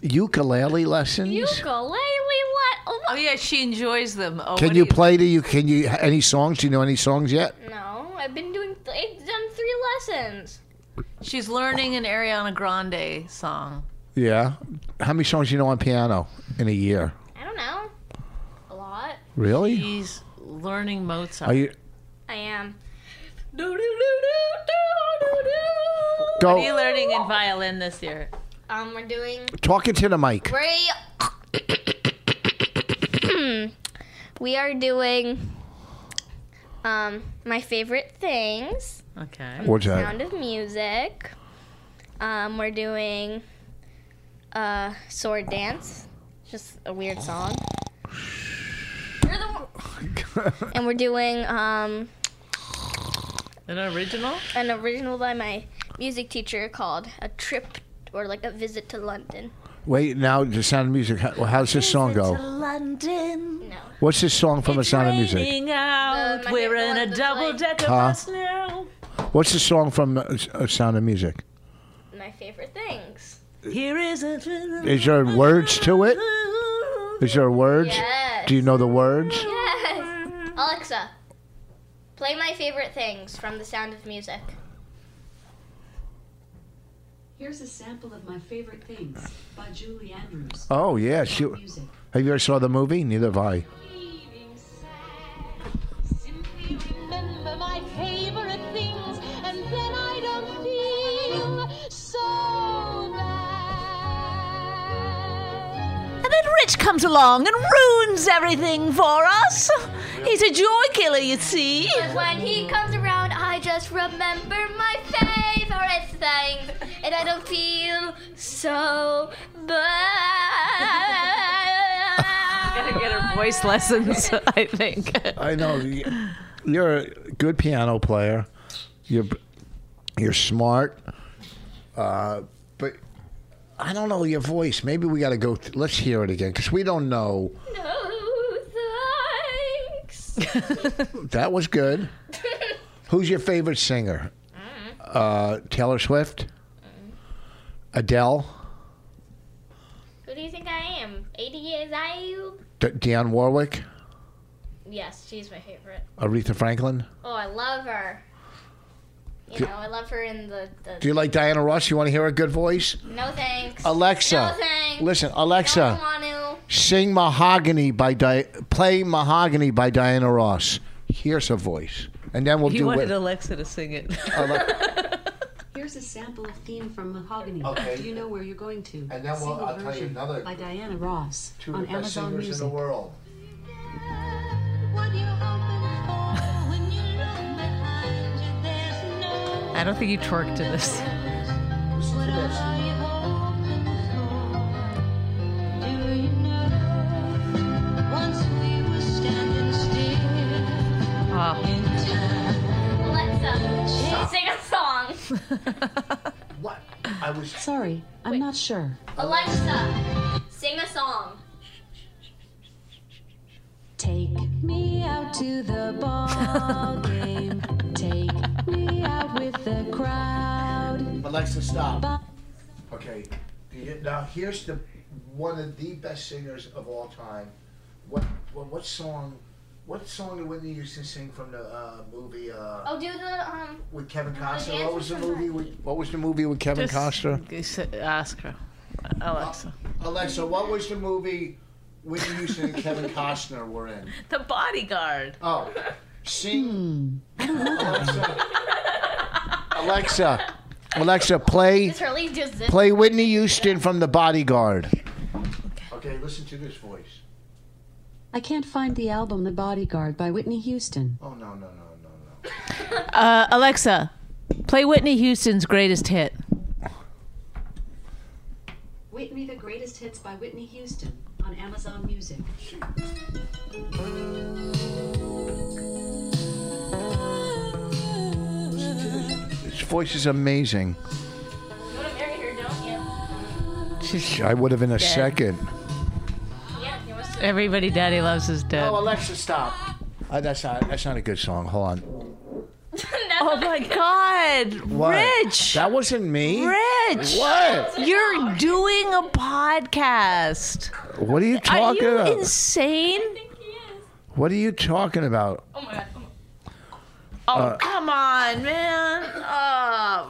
[SPEAKER 3] ukulele lessons.
[SPEAKER 6] Ukulele, what? Oh,
[SPEAKER 2] Oh
[SPEAKER 6] what?
[SPEAKER 2] yeah, she enjoys them. Oh,
[SPEAKER 3] Can
[SPEAKER 2] what
[SPEAKER 3] you
[SPEAKER 2] do
[SPEAKER 3] play the you? Can you any songs? Do you know any songs yet?
[SPEAKER 6] No, I've been doing. Th- I've done three lessons.
[SPEAKER 2] She's learning an Ariana Grande song.
[SPEAKER 3] Yeah. How many songs do you know on piano in a year?
[SPEAKER 6] I don't know. A lot.
[SPEAKER 3] Really?
[SPEAKER 2] She's learning Mozart.
[SPEAKER 3] Are you
[SPEAKER 6] I am.
[SPEAKER 2] What are you
[SPEAKER 3] go
[SPEAKER 2] learning in violin this year?
[SPEAKER 6] Um, we're doing.
[SPEAKER 3] talking to the mic?
[SPEAKER 6] We. we are doing. Um, my favorite things.
[SPEAKER 2] Okay.
[SPEAKER 3] What's that?
[SPEAKER 6] Sound of Music. Um, we're doing uh, Sword Dance, just a weird song. You're the one- and we're doing um,
[SPEAKER 2] An original?
[SPEAKER 6] an original by my music teacher called A Trip or like a Visit to London.
[SPEAKER 3] Wait, now the sound of music. How, well, how's this song go?
[SPEAKER 2] London.
[SPEAKER 6] No.
[SPEAKER 3] What's this song from the sound of music?
[SPEAKER 2] Raining out.
[SPEAKER 6] The- Um, my
[SPEAKER 2] We're
[SPEAKER 6] favorite
[SPEAKER 2] in a
[SPEAKER 6] one to
[SPEAKER 2] double
[SPEAKER 6] play.
[SPEAKER 2] decker
[SPEAKER 3] Huh?
[SPEAKER 2] bus now.
[SPEAKER 3] What's the song from uh, S- uh, sound of music?
[SPEAKER 6] My favorite things.
[SPEAKER 2] Here is a.
[SPEAKER 3] Is there words to it? Is there words?
[SPEAKER 6] Yes.
[SPEAKER 3] Do you know the words?
[SPEAKER 6] Yes. Alexa, play my favorite things from The Sound of Music.
[SPEAKER 8] Here's a sample of my favorite things by Julie Andrews.
[SPEAKER 3] Oh yeah, she.
[SPEAKER 8] Music.
[SPEAKER 3] Have you ever saw the movie? Neither have I.
[SPEAKER 5] remember my favorite things, and then I don't feel so bad.
[SPEAKER 2] And then Rich comes along and ruins everything for us. He's a joy killer, you see.
[SPEAKER 6] But when he comes around, I just remember my favorite things, and I don't feel so bad.
[SPEAKER 2] Get her voice lessons, I think.
[SPEAKER 3] I know you- you're a good piano player. You're you're smart, uh, but I don't know your voice. Maybe we got to go. Th- let's hear it again because we don't know.
[SPEAKER 6] no thanks.
[SPEAKER 3] That was good. Who's your favorite singer? Uh, Taylor Swift, Adele,
[SPEAKER 6] Who do you think I am? 80 years old?
[SPEAKER 3] D- Dionne Warwick,
[SPEAKER 6] Yes, she's my favorite.
[SPEAKER 3] Aretha Franklin.
[SPEAKER 6] Oh, I love her. You know, I love her in the. the
[SPEAKER 3] Do you like Diana Ross? You want to hear a good voice?
[SPEAKER 6] no thanks.
[SPEAKER 3] Alexa,
[SPEAKER 6] No thanks.
[SPEAKER 3] listen, Alexa.
[SPEAKER 6] Don't want to.
[SPEAKER 3] Sing Mahogany by Di- play Mahogany by Diana Ross. Here's her voice, and then we'll
[SPEAKER 2] He
[SPEAKER 3] do
[SPEAKER 2] wanted
[SPEAKER 3] it.
[SPEAKER 2] Alexa to sing it.
[SPEAKER 8] Here's a sample of theme from Mahogany.
[SPEAKER 3] Okay.
[SPEAKER 8] Do you know where you're going to?
[SPEAKER 3] And then we'll-
[SPEAKER 8] Single
[SPEAKER 3] I'll tell you
[SPEAKER 8] version
[SPEAKER 3] another-
[SPEAKER 8] by Diana Ross on Amazon Music.
[SPEAKER 3] world.
[SPEAKER 5] What you hoping for when you look behind you? There's no
[SPEAKER 2] I don't think you twerked to this.
[SPEAKER 5] What are you hoping for? Do you know? Once we were standing still
[SPEAKER 2] Oh.
[SPEAKER 5] in time.
[SPEAKER 6] Alexa, sing a song.
[SPEAKER 3] What? I was.
[SPEAKER 8] Sorry, I'm not sure.
[SPEAKER 6] Alexa, sing a song.
[SPEAKER 8] Take me out to the ball game. Take me out with the crowd.
[SPEAKER 3] Alexa, stop. Okay. Do you- Now here's the one of the best singers of all time. What what, what song? What song did Whitney Houston sing from the uh, movie uh,
[SPEAKER 6] Oh, do the um.
[SPEAKER 3] with Kevin Costner?
[SPEAKER 6] dance
[SPEAKER 3] What was
[SPEAKER 6] was
[SPEAKER 3] the
[SPEAKER 6] from
[SPEAKER 3] movie with What was the movie with Kevin Costner?
[SPEAKER 9] Ask her. Alexa.
[SPEAKER 3] Alexa, what was the movie Whitney Houston and Kevin Costner were in?
[SPEAKER 9] The bodyguard.
[SPEAKER 3] Oh, sing. Alexa, Alexa, Alexa, play
[SPEAKER 6] This really just this.
[SPEAKER 3] play Whitney Houston from The Bodyguard. Okay, listen to this voice.
[SPEAKER 8] I can't find the album The Bodyguard by Whitney Houston.
[SPEAKER 3] Oh no no no no no.
[SPEAKER 2] Uh, Alexa, play Whitney Houston's greatest hit.
[SPEAKER 8] Whitney the Greatest Hits by Whitney Houston on Amazon Music.
[SPEAKER 3] This voice is amazing.
[SPEAKER 6] You want to marry her, don't you?
[SPEAKER 3] I would have in a second.
[SPEAKER 6] Yeah, you must.
[SPEAKER 2] Everybody Daddy Loves is dead.
[SPEAKER 3] Oh, Alexa, stop. Uh, that's not that's not a good song. Hold on.
[SPEAKER 2] Oh my God,
[SPEAKER 3] What?
[SPEAKER 2] Rich,
[SPEAKER 3] That wasn't me.
[SPEAKER 2] Rich,
[SPEAKER 3] What?
[SPEAKER 2] you're doing a podcast.
[SPEAKER 3] What are you
[SPEAKER 2] Are
[SPEAKER 3] talking
[SPEAKER 2] you
[SPEAKER 3] about?
[SPEAKER 2] insane?
[SPEAKER 3] what are you talking about?
[SPEAKER 6] Oh my god.
[SPEAKER 2] Oh
[SPEAKER 3] Uh,
[SPEAKER 2] come on, man. Oh,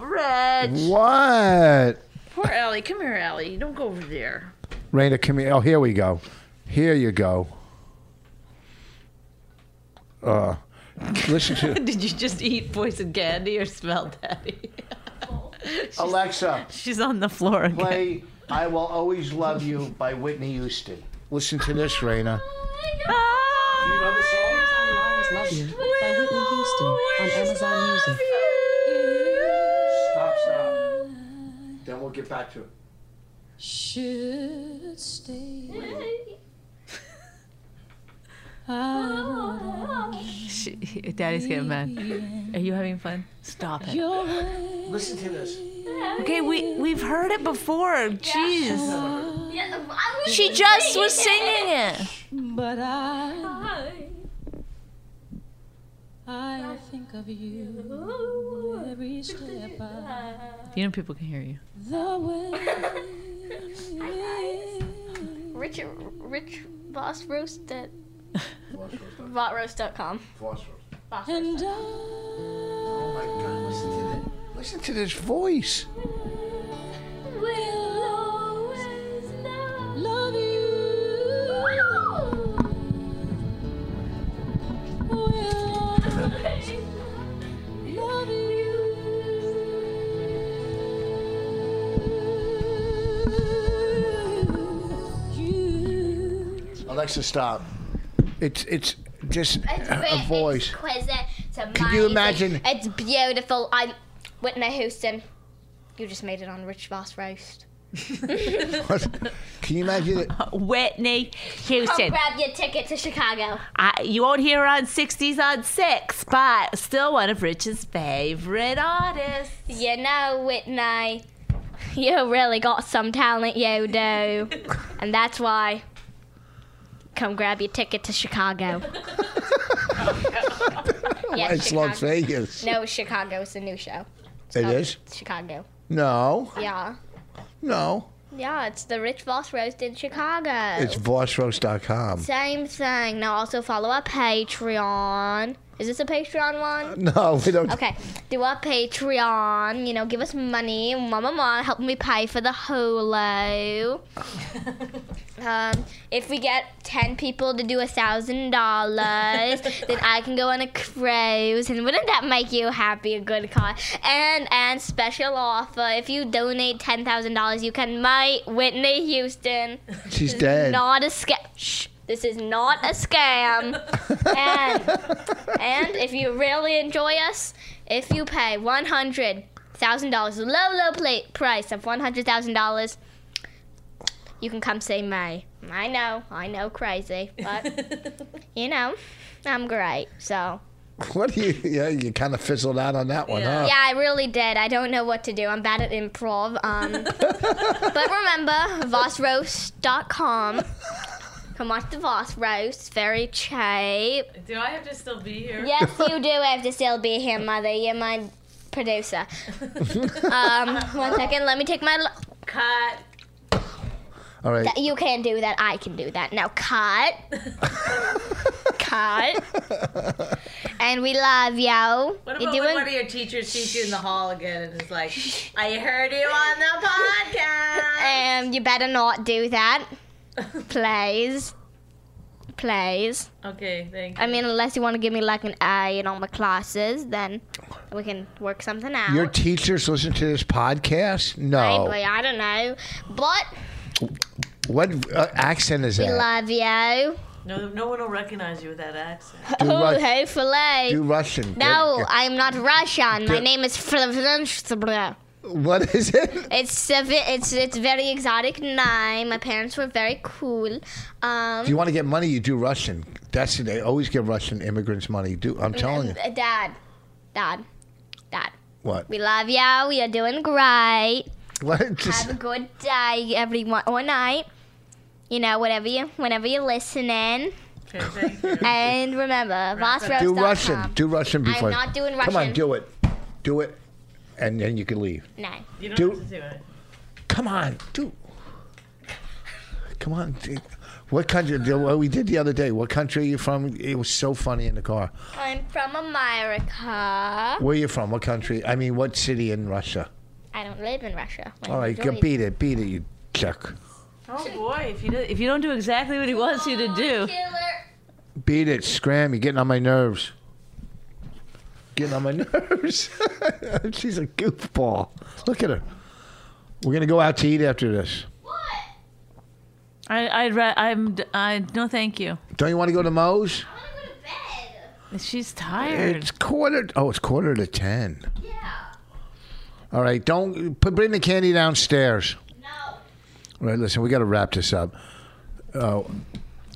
[SPEAKER 2] Rich.
[SPEAKER 3] What?
[SPEAKER 9] Poor Allie. Come here, Allie. Don't go over there.
[SPEAKER 3] Raina, come here. Oh, here we go. Here you go. Uh, listen to
[SPEAKER 2] Did you just eat poison candy or smell daddy?
[SPEAKER 3] Alexa.
[SPEAKER 2] She's on the floor again.
[SPEAKER 3] Play "I Will Always Love You" by Whitney Houston. Listen to this, Raina.
[SPEAKER 2] Ah,
[SPEAKER 3] You know the song?
[SPEAKER 8] I'll Always Love You by Whitney Houston on Amazon Music.
[SPEAKER 3] Stop, stop. Then we'll get back to it.
[SPEAKER 5] Should stay.
[SPEAKER 2] she, daddy's getting mad. Are you having fun? Stop it.
[SPEAKER 3] Listen to this.
[SPEAKER 2] Okay, we we've heard it before. Jeez.
[SPEAKER 6] Yeah, I was
[SPEAKER 2] She just was singing it.
[SPEAKER 5] But I, I think of you every step of
[SPEAKER 2] You know people can hear you.
[SPEAKER 5] the way.
[SPEAKER 6] Rich, rich boss roast at botroast.com.
[SPEAKER 5] And I
[SPEAKER 3] Oh my God! Listen to this. Listen to this voice.
[SPEAKER 5] will always love you. Will always love you. You.
[SPEAKER 3] Alexa, stop. It's it's just
[SPEAKER 6] It's
[SPEAKER 3] a
[SPEAKER 6] great.
[SPEAKER 3] voice.
[SPEAKER 6] It's exquisite. It's
[SPEAKER 3] Could you
[SPEAKER 6] amazing.
[SPEAKER 3] imagine-
[SPEAKER 6] It's beautiful. I'm Whitney Houston. You just made it on Rich Boss Roast.
[SPEAKER 3] Can you imagine it?
[SPEAKER 6] Oh
[SPEAKER 2] Whitney
[SPEAKER 6] Come
[SPEAKER 2] Houston.
[SPEAKER 6] grab your ticket to Chicago.
[SPEAKER 2] I, you won't hear her on 60s on 6, but still one of Rich's favorite artists.
[SPEAKER 6] You know, Whitney, you really got some talent, you do. and that's why. Come grab your ticket to Chicago. yeah,
[SPEAKER 3] It's
[SPEAKER 6] Chicago.
[SPEAKER 3] Las Vegas.
[SPEAKER 6] No, Chicago is a new show. It's
[SPEAKER 3] It
[SPEAKER 6] called
[SPEAKER 3] is.
[SPEAKER 6] Chicago.
[SPEAKER 3] No,
[SPEAKER 6] Yeah.
[SPEAKER 3] no.
[SPEAKER 6] Yeah, it's the Rich Boss Roast in Chicago.
[SPEAKER 3] It's VossRoast.com.
[SPEAKER 6] Same thing. Now also follow our Patreon. Is this a Patreon one?
[SPEAKER 3] No, we don't.
[SPEAKER 6] Okay. Do our Patreon. You know, give us money. Mama, mom, help me pay for the Hulu. um, if we get ten people to do a thousand dollars, then I can go on a cruise. And wouldn't that make you happy? A good cause. And and special offer: if you donate ten thousand dollars, you can meet Whitney Houston.
[SPEAKER 3] She's
[SPEAKER 6] This
[SPEAKER 3] dead.
[SPEAKER 6] is not a scam. Shh. This is not a scam. and and if you really enjoy us, if you pay one hundred thousand dollars, low low plate price of one hundred thousand dollars, you can come see me. I know, I know, crazy, but you know, I'm great. So
[SPEAKER 3] What do you? Yeah, you kind of fizzled out on that one, huh?
[SPEAKER 6] yeah, I really did. I don't know what to do. I'm bad at improv. Um, but remember, vossroast.com. Come watch the Voss Roast. It's Very cheap.
[SPEAKER 9] Do I have to still be here?
[SPEAKER 6] Yes, you do have to still be here, Mother. You're my producer. um, one second. Let me take my. L-
[SPEAKER 9] Cut.
[SPEAKER 3] All right.
[SPEAKER 6] That you can do that. I can do that. Now cut. cut. And we love you.
[SPEAKER 9] What
[SPEAKER 6] You're
[SPEAKER 9] about when one of
[SPEAKER 6] doing
[SPEAKER 9] your teachers sees you in the hall again and is like, I heard you on the podcast?
[SPEAKER 6] um you better not do that. Please. Please.
[SPEAKER 9] Okay, thank you.
[SPEAKER 6] I mean unless you want to give me like an A in all my classes, then we can work something out.
[SPEAKER 3] Your teachers listen to this podcast? No.
[SPEAKER 6] Maybe, I don't know. But
[SPEAKER 3] What uh, accent is
[SPEAKER 6] we
[SPEAKER 3] that?
[SPEAKER 6] love you.
[SPEAKER 9] No, no one will recognize you with that accent.
[SPEAKER 3] Do,
[SPEAKER 6] Oh,
[SPEAKER 3] Ru-
[SPEAKER 6] hopefully.
[SPEAKER 3] do Russian.
[SPEAKER 6] No, I'm not Russian. My
[SPEAKER 3] Good.
[SPEAKER 6] name is Flavrenshtabra.
[SPEAKER 3] What is it?
[SPEAKER 6] It's a ve- it's it's very exotic name. My parents were very cool. Um,
[SPEAKER 3] If you want to get money, you do Russian. That's they always give Russian immigrants money. Do I'm telling you.
[SPEAKER 6] uh, Dad, Dad, Dad.
[SPEAKER 3] What?
[SPEAKER 6] We love you. You're doing great.
[SPEAKER 3] What? Just,
[SPEAKER 6] Have a good day, everyone, or night. You know, whatever you whenever you're listening.
[SPEAKER 9] Okay, thank you.
[SPEAKER 6] And remember, vosros.com.
[SPEAKER 3] do Russian. Do Russian before.
[SPEAKER 6] not doing
[SPEAKER 3] Come on,
[SPEAKER 6] Russian.
[SPEAKER 3] do it. Do it, and then you can leave.
[SPEAKER 6] No.
[SPEAKER 9] You don't
[SPEAKER 3] Do-
[SPEAKER 9] have to do it.
[SPEAKER 3] Come on, do. Come on. do- What country? do- What we did the other day. What country are you from? It was so funny in the car.
[SPEAKER 6] I'm from America.
[SPEAKER 3] Where are you from? What country? I mean, what city in Russia?
[SPEAKER 6] I don't live in Russia. I
[SPEAKER 3] All right,
[SPEAKER 6] enjoy
[SPEAKER 3] go beat it, beat it, you jerk.
[SPEAKER 9] Oh boy, if you do, if you don't do exactly what he wants you to do,
[SPEAKER 6] Killer.
[SPEAKER 3] Beat it, scram! You're getting on my nerves. Getting on my nerves. She's a goofball. Look at her. We're gonna go out to eat after this.
[SPEAKER 6] What?
[SPEAKER 2] I, I'd ra- I'm, I, no, thank you.
[SPEAKER 3] Don't you want to go to Moe's?
[SPEAKER 6] I want to go to bed.
[SPEAKER 2] She's tired.
[SPEAKER 3] It's quarter. Oh, it's quarter to ten.
[SPEAKER 6] Yeah.
[SPEAKER 3] All right, don't put bring the candy downstairs.
[SPEAKER 6] No.
[SPEAKER 3] All right, listen, we got to wrap this up. Oh,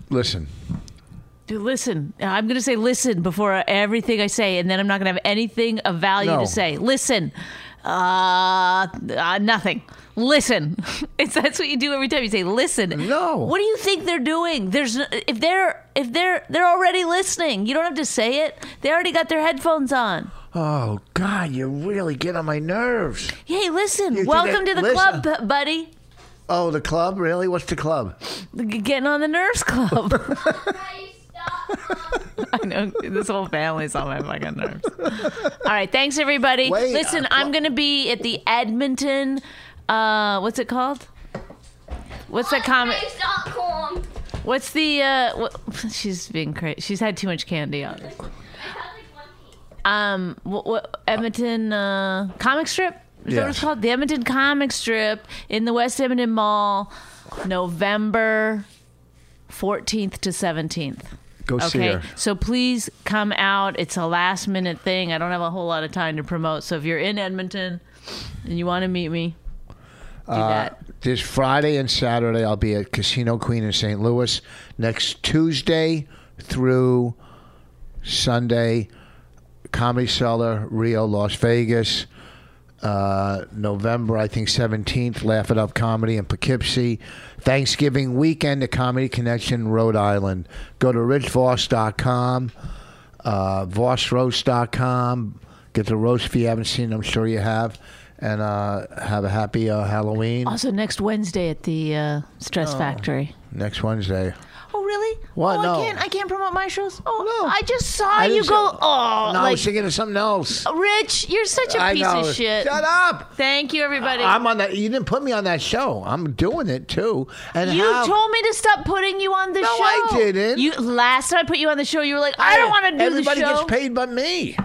[SPEAKER 3] listen,
[SPEAKER 2] Dude, listen. I'm going to say listen before everything I say, and then I'm not going to have anything of value
[SPEAKER 3] No.
[SPEAKER 2] to say. Listen. Uh, uh, nothing. Listen. It's that's what you do every time you say listen.
[SPEAKER 3] No.
[SPEAKER 2] What do you think they're doing? There's n- if they're if they're they're already listening. You don't have to say it. They already got their headphones on.
[SPEAKER 3] oh God, you really get on my nerves.
[SPEAKER 2] Hey, listen.
[SPEAKER 3] did
[SPEAKER 2] Welcome
[SPEAKER 3] it.
[SPEAKER 2] to the
[SPEAKER 3] Listen.
[SPEAKER 2] club, bu- buddy.
[SPEAKER 3] Oh, the club, really? What's the club?
[SPEAKER 2] G- Getting on the nerves club.
[SPEAKER 6] Hey, stop.
[SPEAKER 2] I know this whole family's on my fucking nerves. All right, thanks everybody.
[SPEAKER 3] Wait,
[SPEAKER 2] Listen,
[SPEAKER 3] uh,
[SPEAKER 2] I'm gonna be at the Edmonton. Uh, what's it called? What's that comic?
[SPEAKER 6] Race.com.
[SPEAKER 2] What's the? Uh, what, she's being crazy. She's had too much candy on. Um, what, what Edmonton uh, comic strip? Is that what
[SPEAKER 3] Yes.
[SPEAKER 2] it's called? The Edmonton comic strip in the West Edmonton Mall, November fourteenth to seventeenth.
[SPEAKER 3] Go see
[SPEAKER 2] Okay.
[SPEAKER 3] her.
[SPEAKER 2] So please come out. It's a last minute thing. I don't have a whole lot of time to promote. So if you're in Edmonton and you want to meet me, do that.
[SPEAKER 3] This Friday and Saturday, I'll be at Casino Queen in St. Louis. Next Tuesday through Sunday, Comedy Cellar, Rio, Las Vegas. Uh, November, I think, 17th, Laugh It Up Comedy in Poughkeepsie. Thanksgiving weekend, the Comedy Connection, Rhode Island. Go to richvoss.com, uh, vossroast.com. Get the roast if you haven't seen it, I'm sure you have. And uh, have a happy uh, Halloween
[SPEAKER 2] Also next Wednesday at the uh, Stress Factory.
[SPEAKER 3] next Wednesday.
[SPEAKER 2] Oh really?
[SPEAKER 3] Oh. What?
[SPEAKER 2] Oh,
[SPEAKER 3] No.
[SPEAKER 2] I can't. I can't promote my shows. Oh
[SPEAKER 3] No.
[SPEAKER 2] I just saw
[SPEAKER 3] I
[SPEAKER 2] you
[SPEAKER 3] didn't
[SPEAKER 2] go.
[SPEAKER 3] say-
[SPEAKER 2] oh,
[SPEAKER 3] no, I
[SPEAKER 2] like
[SPEAKER 3] was thinking of something else.
[SPEAKER 2] Rich, you're such a
[SPEAKER 3] I
[SPEAKER 2] piece
[SPEAKER 3] know.
[SPEAKER 2] of shit.
[SPEAKER 3] Shut up.
[SPEAKER 2] Thank you, everybody.
[SPEAKER 3] I'm on that. You didn't put me on that show. I'm doing it too. And
[SPEAKER 2] you
[SPEAKER 3] how-
[SPEAKER 2] told me to stop putting you on the
[SPEAKER 3] No,
[SPEAKER 2] show.
[SPEAKER 3] I didn't.
[SPEAKER 2] You last time I put you on the show, you were like, I, don't want to do
[SPEAKER 3] Everybody
[SPEAKER 2] the show.
[SPEAKER 3] gets paid but me.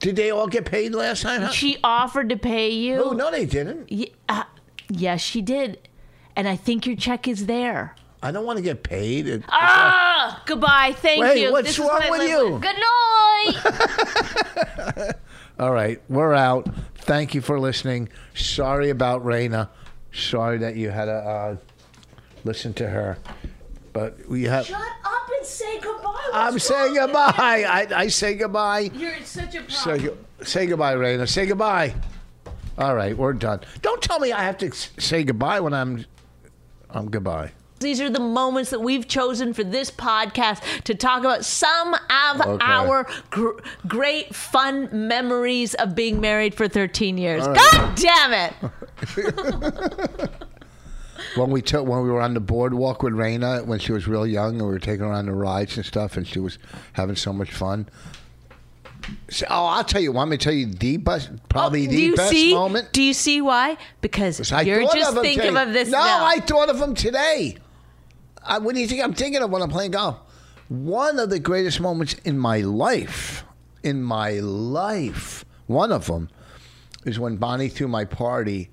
[SPEAKER 3] Did they all get paid last time? Huh?
[SPEAKER 2] She offered to pay you.
[SPEAKER 3] Oh no, they didn't.
[SPEAKER 2] Ye- uh, yes, she did. And I think your check is there.
[SPEAKER 3] I don't want to get paid. It-
[SPEAKER 2] Ah, goodbye. Thank
[SPEAKER 3] Wait,
[SPEAKER 2] you.
[SPEAKER 3] what's
[SPEAKER 2] This is
[SPEAKER 3] wrong
[SPEAKER 2] what I
[SPEAKER 3] with
[SPEAKER 2] live
[SPEAKER 3] you?
[SPEAKER 6] Good night.
[SPEAKER 3] All right, we're out. Thank you for listening. Sorry about Raina. Sorry that you had to uh, listen to her. But we have.
[SPEAKER 9] shut up and say goodbye. What's
[SPEAKER 3] I'm
[SPEAKER 9] wrong
[SPEAKER 3] saying
[SPEAKER 9] with
[SPEAKER 3] goodbye.
[SPEAKER 9] you?
[SPEAKER 3] I, I say goodbye.
[SPEAKER 9] You're such a problem.
[SPEAKER 3] Say, say goodbye, Raina. Say goodbye. All right, we're done. Don't tell me I have to s- say goodbye when I'm. I'm goodbye.
[SPEAKER 2] These are the moments that we've chosen for this podcast to talk about some of
[SPEAKER 3] Okay.
[SPEAKER 2] our gr- great fun memories of being married for 13 years.
[SPEAKER 3] All right.
[SPEAKER 2] God damn it.
[SPEAKER 3] when we took when we were on the boardwalk with Raina when she was real young and we were taking her on the rides and stuff and she was having so much fun. So, oh, I'll tell you. Want me to tell you the best,
[SPEAKER 2] Oh,
[SPEAKER 3] probably
[SPEAKER 9] Oh,
[SPEAKER 2] do
[SPEAKER 3] the
[SPEAKER 2] you
[SPEAKER 3] best
[SPEAKER 2] see?
[SPEAKER 3] moment?
[SPEAKER 2] Do you see why? Because
[SPEAKER 3] I
[SPEAKER 2] you're
[SPEAKER 3] thought
[SPEAKER 2] just
[SPEAKER 3] of him
[SPEAKER 2] thinking
[SPEAKER 3] today.
[SPEAKER 2] of this
[SPEAKER 3] No,
[SPEAKER 2] now.
[SPEAKER 3] I thought of him today. I, what do you think I'm thinking of when I'm playing golf? One of the greatest moments in my life, in my life, one of them, is when Bonnie threw my party.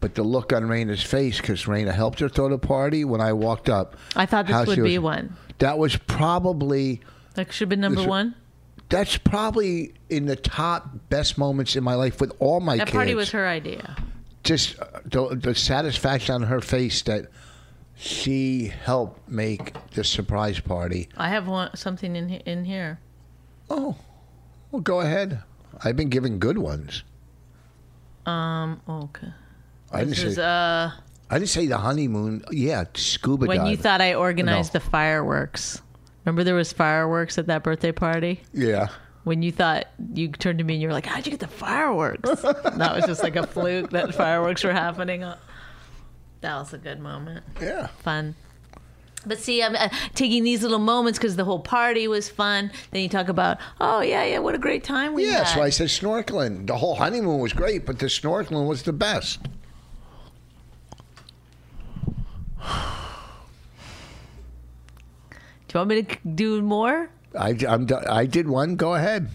[SPEAKER 3] But the look on Raina's face, because Raina helped her throw the party when I walked up.
[SPEAKER 2] I thought this
[SPEAKER 3] how
[SPEAKER 2] would
[SPEAKER 3] she was-
[SPEAKER 2] be one.
[SPEAKER 3] That was probably
[SPEAKER 2] That should have been number
[SPEAKER 3] This-
[SPEAKER 2] one.
[SPEAKER 3] that's probably in the top best moments in my life with all my
[SPEAKER 2] That
[SPEAKER 3] kids
[SPEAKER 2] party was her idea.
[SPEAKER 3] just uh, the, the satisfaction on her face that she helped make this surprise party.
[SPEAKER 2] I have one, something in he- in here.
[SPEAKER 3] Oh, well, go ahead. I've been giving good ones.
[SPEAKER 2] Um. Okay.
[SPEAKER 3] I didn't
[SPEAKER 2] This
[SPEAKER 3] say.
[SPEAKER 2] is uh
[SPEAKER 3] I didn't say the honeymoon. Yeah, scuba
[SPEAKER 2] when you
[SPEAKER 3] diving.
[SPEAKER 2] thought I organized
[SPEAKER 3] No.
[SPEAKER 2] the fireworks. Remember there was fireworks at that birthday party?
[SPEAKER 3] yeah.
[SPEAKER 2] When you thought you turned to me and you were like, "How'd you get the fireworks?" And that was just like a fluke that fireworks were happening. That was a good moment.
[SPEAKER 3] Yeah.
[SPEAKER 2] fun. But see, I'm uh, taking these little moments because the whole party was fun. Then you talk about, oh yeah, yeah, what a great time we had.
[SPEAKER 3] Yeah, so I said snorkeling. The whole honeymoon was great, but the snorkeling was the best.
[SPEAKER 2] do you want me to c- do more?
[SPEAKER 3] I, I'm, do- I did one. Go ahead.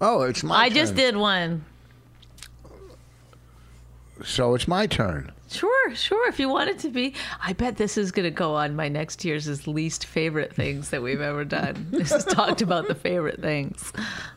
[SPEAKER 3] Oh, it's my
[SPEAKER 2] I just
[SPEAKER 3] turn.
[SPEAKER 2] did one.
[SPEAKER 3] So it's my turn.
[SPEAKER 2] Sure, sure. If you want it to be, I bet this is going to go on my next year's as least favorite things that we've ever done. This is talked about the favorite things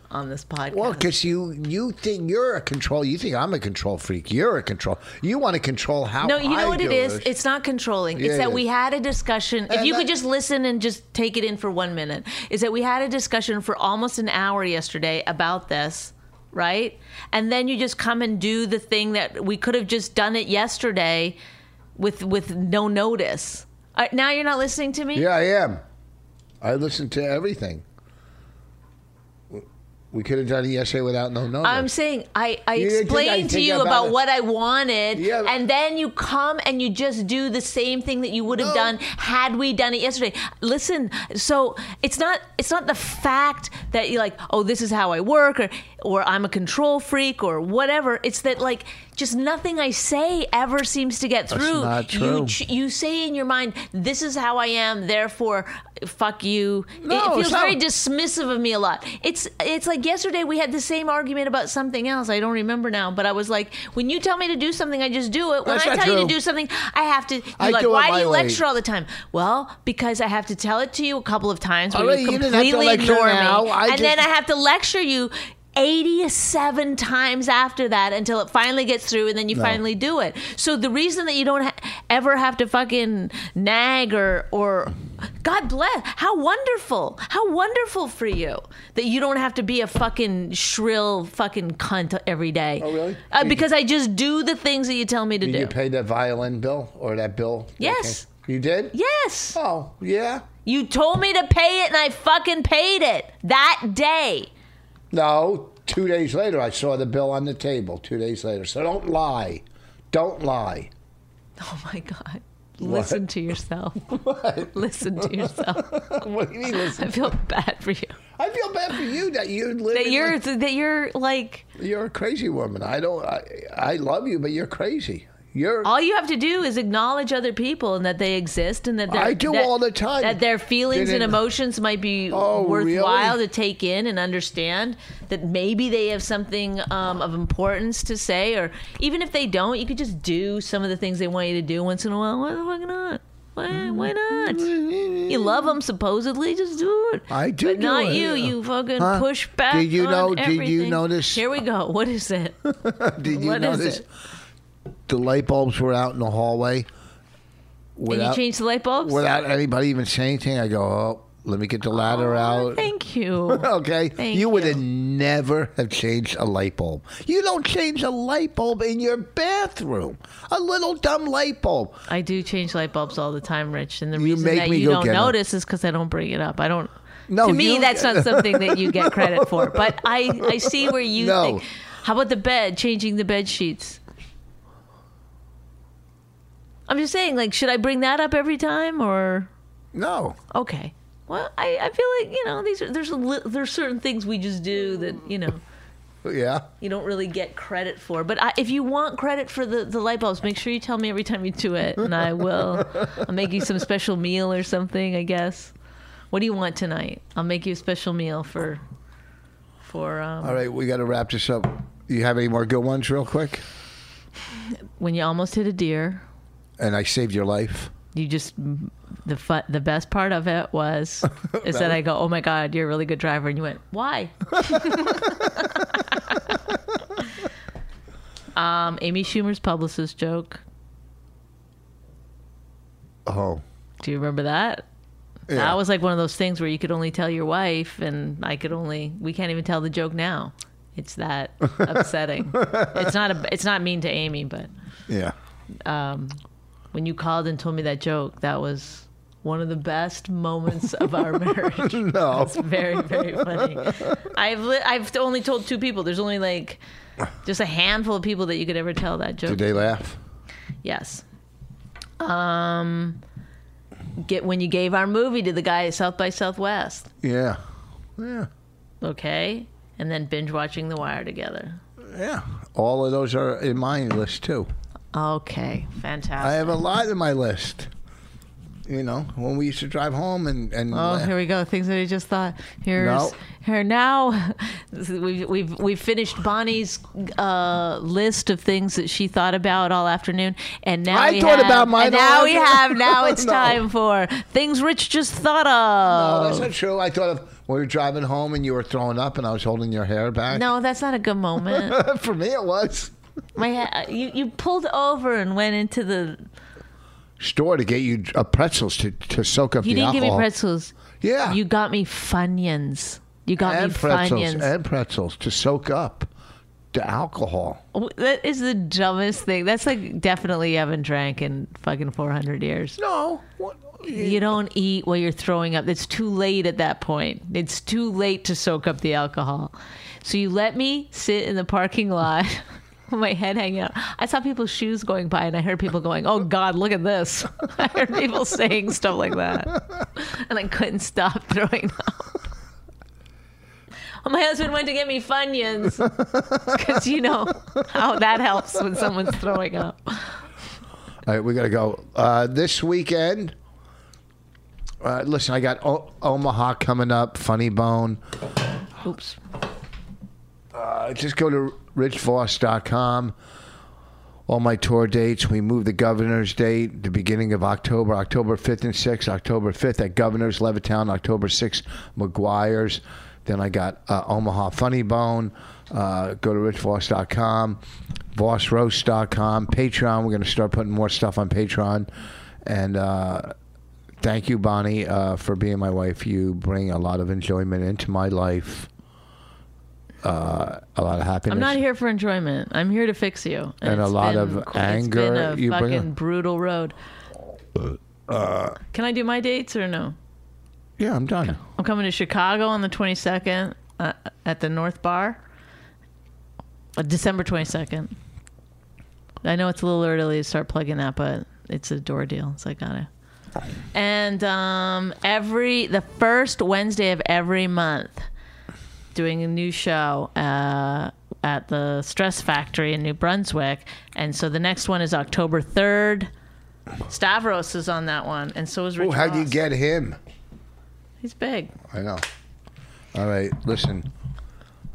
[SPEAKER 2] on this podcast.
[SPEAKER 3] Well, because you you think you're a control. You think I'm a control freak. You're a control. You want to control how.
[SPEAKER 2] No, you know
[SPEAKER 3] I
[SPEAKER 2] what it
[SPEAKER 3] do
[SPEAKER 2] is?
[SPEAKER 3] this.
[SPEAKER 2] It's not controlling.
[SPEAKER 3] Yeah,
[SPEAKER 2] it's that
[SPEAKER 3] yeah.
[SPEAKER 2] we had a discussion. if
[SPEAKER 3] And
[SPEAKER 2] you
[SPEAKER 3] that-
[SPEAKER 2] could just listen and just take it in for one minute, is that we had a discussion for almost an hour yesterday about this, right? And then you just come and do the thing that we could have just done it yesterday with with no notice. Uh, now you're not listening to me?
[SPEAKER 3] yeah, I am. I listen to everything. We could have done it yesterday without no notice.
[SPEAKER 2] I'm saying I, I
[SPEAKER 3] You didn't think I'd
[SPEAKER 2] explained to
[SPEAKER 3] think
[SPEAKER 2] you
[SPEAKER 3] about
[SPEAKER 2] about,
[SPEAKER 3] it.
[SPEAKER 2] what I wanted,
[SPEAKER 3] Yeah, but-
[SPEAKER 2] and then you come and you just do the same thing that you would have
[SPEAKER 3] No.
[SPEAKER 2] done had we done it yesterday. Listen, so it's not it's not the fact that you're like, oh, this is how I work, or or I'm a control freak, or whatever. It's that like just nothing I say ever seems to get through.
[SPEAKER 3] not
[SPEAKER 2] You
[SPEAKER 3] true.
[SPEAKER 2] ch- you say in your mind, this is how I am, therefore, fuck you. It-
[SPEAKER 3] No,
[SPEAKER 2] it
[SPEAKER 3] it's
[SPEAKER 2] feels very
[SPEAKER 3] not-
[SPEAKER 2] dismissive of me a lot. It's it's like yesterday we had the same argument about something else. I don't remember now, but I was like, when you tell me to do something, I just do it. When
[SPEAKER 3] That's
[SPEAKER 2] I
[SPEAKER 3] not
[SPEAKER 2] tell you to
[SPEAKER 3] true.
[SPEAKER 2] do something, I have to. You're
[SPEAKER 3] I
[SPEAKER 2] like,
[SPEAKER 3] do it
[SPEAKER 2] why
[SPEAKER 3] my
[SPEAKER 2] do you
[SPEAKER 3] way."
[SPEAKER 2] lecture all the time? Well, because I have to tell it to you a couple of times where
[SPEAKER 3] All right,
[SPEAKER 2] you
[SPEAKER 3] you didn't have to
[SPEAKER 2] completely
[SPEAKER 3] lecture
[SPEAKER 2] ignore
[SPEAKER 3] now.
[SPEAKER 2] me,
[SPEAKER 3] I
[SPEAKER 2] and then I
[SPEAKER 3] just-
[SPEAKER 2] have to lecture you. 87 times after that until it finally gets through and then you finally do it. So the reason that you don't ha- ever have to fucking nag or or God bless. How wonderful. How wonderful for you that you don't have to be a fucking shrill fucking cunt every day.
[SPEAKER 3] Oh, really?
[SPEAKER 2] Uh,
[SPEAKER 3] You-
[SPEAKER 2] because I just do the things that you tell me to
[SPEAKER 3] did
[SPEAKER 2] do.
[SPEAKER 3] you pay that violin bill or that bill? that
[SPEAKER 2] Yes.
[SPEAKER 3] came- You did.
[SPEAKER 2] yes.
[SPEAKER 3] Oh yeah.
[SPEAKER 2] You told me to pay it and I fucking paid it that day.
[SPEAKER 3] No. Two days later, I saw the bill on the table. Two days later, so don't lie. Don't lie.
[SPEAKER 2] Oh my God. Listen to yourself. Listen to yourself.
[SPEAKER 3] what do you mean? Listen?
[SPEAKER 2] I feel bad for you.
[SPEAKER 3] I feel bad for you that you're living.
[SPEAKER 2] That you're
[SPEAKER 3] like-
[SPEAKER 2] that you're like
[SPEAKER 3] you're a crazy woman. I don't. I, I love you, but you're crazy. You're.
[SPEAKER 2] all you have to do is acknowledge other people and that they exist and that they're-
[SPEAKER 3] I do
[SPEAKER 2] that-
[SPEAKER 3] all the time.
[SPEAKER 2] that their feelings and
[SPEAKER 3] Didn't-
[SPEAKER 2] emotions might be
[SPEAKER 3] Oh,
[SPEAKER 2] worthwhile
[SPEAKER 3] really?
[SPEAKER 2] to take in and understand that maybe they have something um, of importance to say or even if they don't you could just do some of the things they want you to do once in a while why the fuck not why, why not
[SPEAKER 3] Mm-hmm.
[SPEAKER 2] you love them supposedly just do it
[SPEAKER 3] I do
[SPEAKER 2] but
[SPEAKER 3] do
[SPEAKER 2] not
[SPEAKER 3] it,
[SPEAKER 2] you
[SPEAKER 3] yeah.
[SPEAKER 2] you fucking
[SPEAKER 3] Huh?
[SPEAKER 2] push back
[SPEAKER 3] Did you
[SPEAKER 2] on
[SPEAKER 3] know- did you
[SPEAKER 2] everything.
[SPEAKER 3] notice-
[SPEAKER 2] here we go what is it
[SPEAKER 3] Did you
[SPEAKER 2] What is
[SPEAKER 3] notice
[SPEAKER 2] it?
[SPEAKER 3] the light bulbs were out in the hallway
[SPEAKER 2] Did you
[SPEAKER 3] without
[SPEAKER 2] change the light bulbs
[SPEAKER 3] without anybody even saying anything? I go, oh, let me get the ladder
[SPEAKER 2] Oh,
[SPEAKER 3] out.
[SPEAKER 2] Thank you.
[SPEAKER 3] okay,
[SPEAKER 2] Thank
[SPEAKER 3] you would
[SPEAKER 2] you.
[SPEAKER 3] have never have changed a light bulb. You don't change a light bulb in your bathroom. A little dumb light bulb.
[SPEAKER 2] I do change light bulbs all the time, Rich, and the
[SPEAKER 3] You
[SPEAKER 2] reason
[SPEAKER 3] make
[SPEAKER 2] that
[SPEAKER 3] me
[SPEAKER 2] you
[SPEAKER 3] go
[SPEAKER 2] don't
[SPEAKER 3] get 'em.
[SPEAKER 2] notice is because I don't bring it up. I don't.
[SPEAKER 3] No,
[SPEAKER 2] to me
[SPEAKER 3] you-
[SPEAKER 2] that's not something that you get credit for. But I, I see where you
[SPEAKER 3] No.
[SPEAKER 2] think. How about the bed? Changing the bed sheets. I'm just saying, like, should I bring that up every time or
[SPEAKER 3] No.
[SPEAKER 2] okay? Well, I, I feel like you know these are there's a li- there's certain things we just do that you know
[SPEAKER 3] Yeah.
[SPEAKER 2] you don't really get credit for. But I, if you want credit for the the light bulbs, make sure you tell me every time you do it, and I will. I'll make you some special meal or something, I guess. What do you want tonight? I'll make you a special meal for for um,
[SPEAKER 3] All right, we got to wrap this up. You have any more good ones, real quick?
[SPEAKER 2] when you almost hit a deer.
[SPEAKER 3] And I saved your life.
[SPEAKER 2] you just the fu- the best part of it was is that I go, oh my god, you're a really good driver, and you went, why? um, Amy Schumer's publicist joke.
[SPEAKER 3] Oh,
[SPEAKER 2] Do you remember that?
[SPEAKER 3] yeah.
[SPEAKER 2] That was like one of those things where you could only tell your wife, and I could only we can't even tell the joke now. It's that upsetting. it's not a, it's not mean to Amy, but um,
[SPEAKER 3] yeah.
[SPEAKER 2] when you called and told me that joke, that was one of the best moments of our marriage.
[SPEAKER 3] No.
[SPEAKER 2] very very funny. I've li- I've only told two people. There's only like just a handful of people that you could ever tell that joke.
[SPEAKER 3] Did they laugh?
[SPEAKER 2] Yes. Um, get when you gave our movie to the guy at South by Southwest,
[SPEAKER 3] Yeah. Yeah.
[SPEAKER 2] okay, and then binge watching The Wire together.
[SPEAKER 3] Yeah. All of those are in my list too.
[SPEAKER 2] Okay,
[SPEAKER 3] I
[SPEAKER 2] fantastic.
[SPEAKER 3] have a lot in my list. You know, when we used to drive home and and
[SPEAKER 2] Oh, here we go. Things that I just thought. Here's
[SPEAKER 3] No.
[SPEAKER 2] here now. We've we've we've finished Bonnie's uh, list of things that she thought about all afternoon, and now
[SPEAKER 3] I
[SPEAKER 2] we
[SPEAKER 3] thought
[SPEAKER 2] have-
[SPEAKER 3] about mine
[SPEAKER 2] And
[SPEAKER 3] all
[SPEAKER 2] now we have.
[SPEAKER 3] afternoon.
[SPEAKER 2] Now it's
[SPEAKER 3] No.
[SPEAKER 2] time for things Rich just thought of.
[SPEAKER 3] No, that's not Oh, true. I thought of when we were driving home and you were throwing up and I was holding your hair back.
[SPEAKER 2] No, that's not a good moment.
[SPEAKER 3] For me, it was.
[SPEAKER 2] My ha- you you pulled over and went into the.
[SPEAKER 3] Store to get you uh, pretzels to, to soak up
[SPEAKER 2] You
[SPEAKER 3] the
[SPEAKER 2] didn't give me
[SPEAKER 3] alcohol.
[SPEAKER 2] pretzels.
[SPEAKER 3] Yeah.
[SPEAKER 2] You got me funyuns. You got
[SPEAKER 3] Uh. and
[SPEAKER 2] me
[SPEAKER 3] pretzels
[SPEAKER 2] funyuns.
[SPEAKER 3] and pretzels to soak up the alcohol.
[SPEAKER 2] That is the dumbest thing. That's like definitely you haven't drank in fucking 400 years.
[SPEAKER 3] No. What?
[SPEAKER 2] You don't eat while you're throwing up. It's too late at that point. It's too late to soak up the alcohol. So you let me sit in the parking lot. with My head hanging out. I saw people's shoes going by, and I heard people going, "Oh God, look at this!" I heard people saying stuff like that, and I couldn't stop throwing up. My husband went to get me funyuns because you know how that helps when someone's throwing up.
[SPEAKER 3] All right, we got to go. Uh, this weekend, uh, listen, I got o- Omaha coming up, Funny Bone.
[SPEAKER 2] Oops.
[SPEAKER 3] Uh, just go to richvoss.com. All my tour dates. We moved the governor's date, the beginning of October, October 5th and 6th, October 5th at Governor's Levittown, October 6th, McGuire's. Then I got uh, Omaha Funny Bone. Uh, go to richvoss.com, vossroast.com, Patreon. We're going to start putting more stuff on Patreon. And uh, thank you, Bonnie, uh, for being my wife. You bring a lot of enjoyment into my life. Uh, a lot of happiness.
[SPEAKER 2] I'm not here for enjoyment. I'm here to fix you.
[SPEAKER 3] And a
[SPEAKER 2] it's
[SPEAKER 3] lot of
[SPEAKER 2] It's been
[SPEAKER 3] anger
[SPEAKER 2] a
[SPEAKER 3] you bring
[SPEAKER 2] fucking
[SPEAKER 3] up.
[SPEAKER 2] brutal road. Can I do my dates or no?
[SPEAKER 3] Yeah, I'm done.
[SPEAKER 2] I'm coming to Chicago on the 22nd uh, at the North Bar, uh, December 22nd. I know it's a little early to start plugging that, but it's a door deal, so I gotta. And um, every the first Wednesday of every month, doing a new show uh, at the Stress Factory in New Brunswick, and so the next one is October 3rd. Stavros is on that one, and so is Rich.
[SPEAKER 3] Oh, how do you
[SPEAKER 2] Ross.
[SPEAKER 3] get him?
[SPEAKER 2] He's big.
[SPEAKER 3] I know. All right, listen.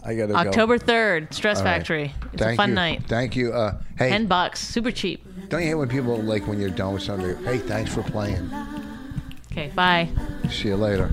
[SPEAKER 3] I gotta go.
[SPEAKER 2] October third, Stress
[SPEAKER 3] All right.
[SPEAKER 2] Factory. It's
[SPEAKER 3] Thank
[SPEAKER 2] a fun
[SPEAKER 3] you.
[SPEAKER 2] night.
[SPEAKER 3] Thank you. Uh, hey,
[SPEAKER 2] Ten bucks, super cheap.
[SPEAKER 3] don't you hate when people like when you're done with something? Hey, thanks for playing.
[SPEAKER 2] Okay, bye.
[SPEAKER 3] See you later.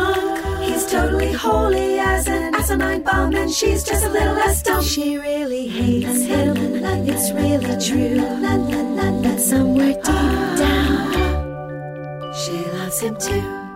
[SPEAKER 10] He's totally holy as an asinine bomb, and she's just a little less dumb. She really hates him, it's really true. But somewhere deep down, she loves him too.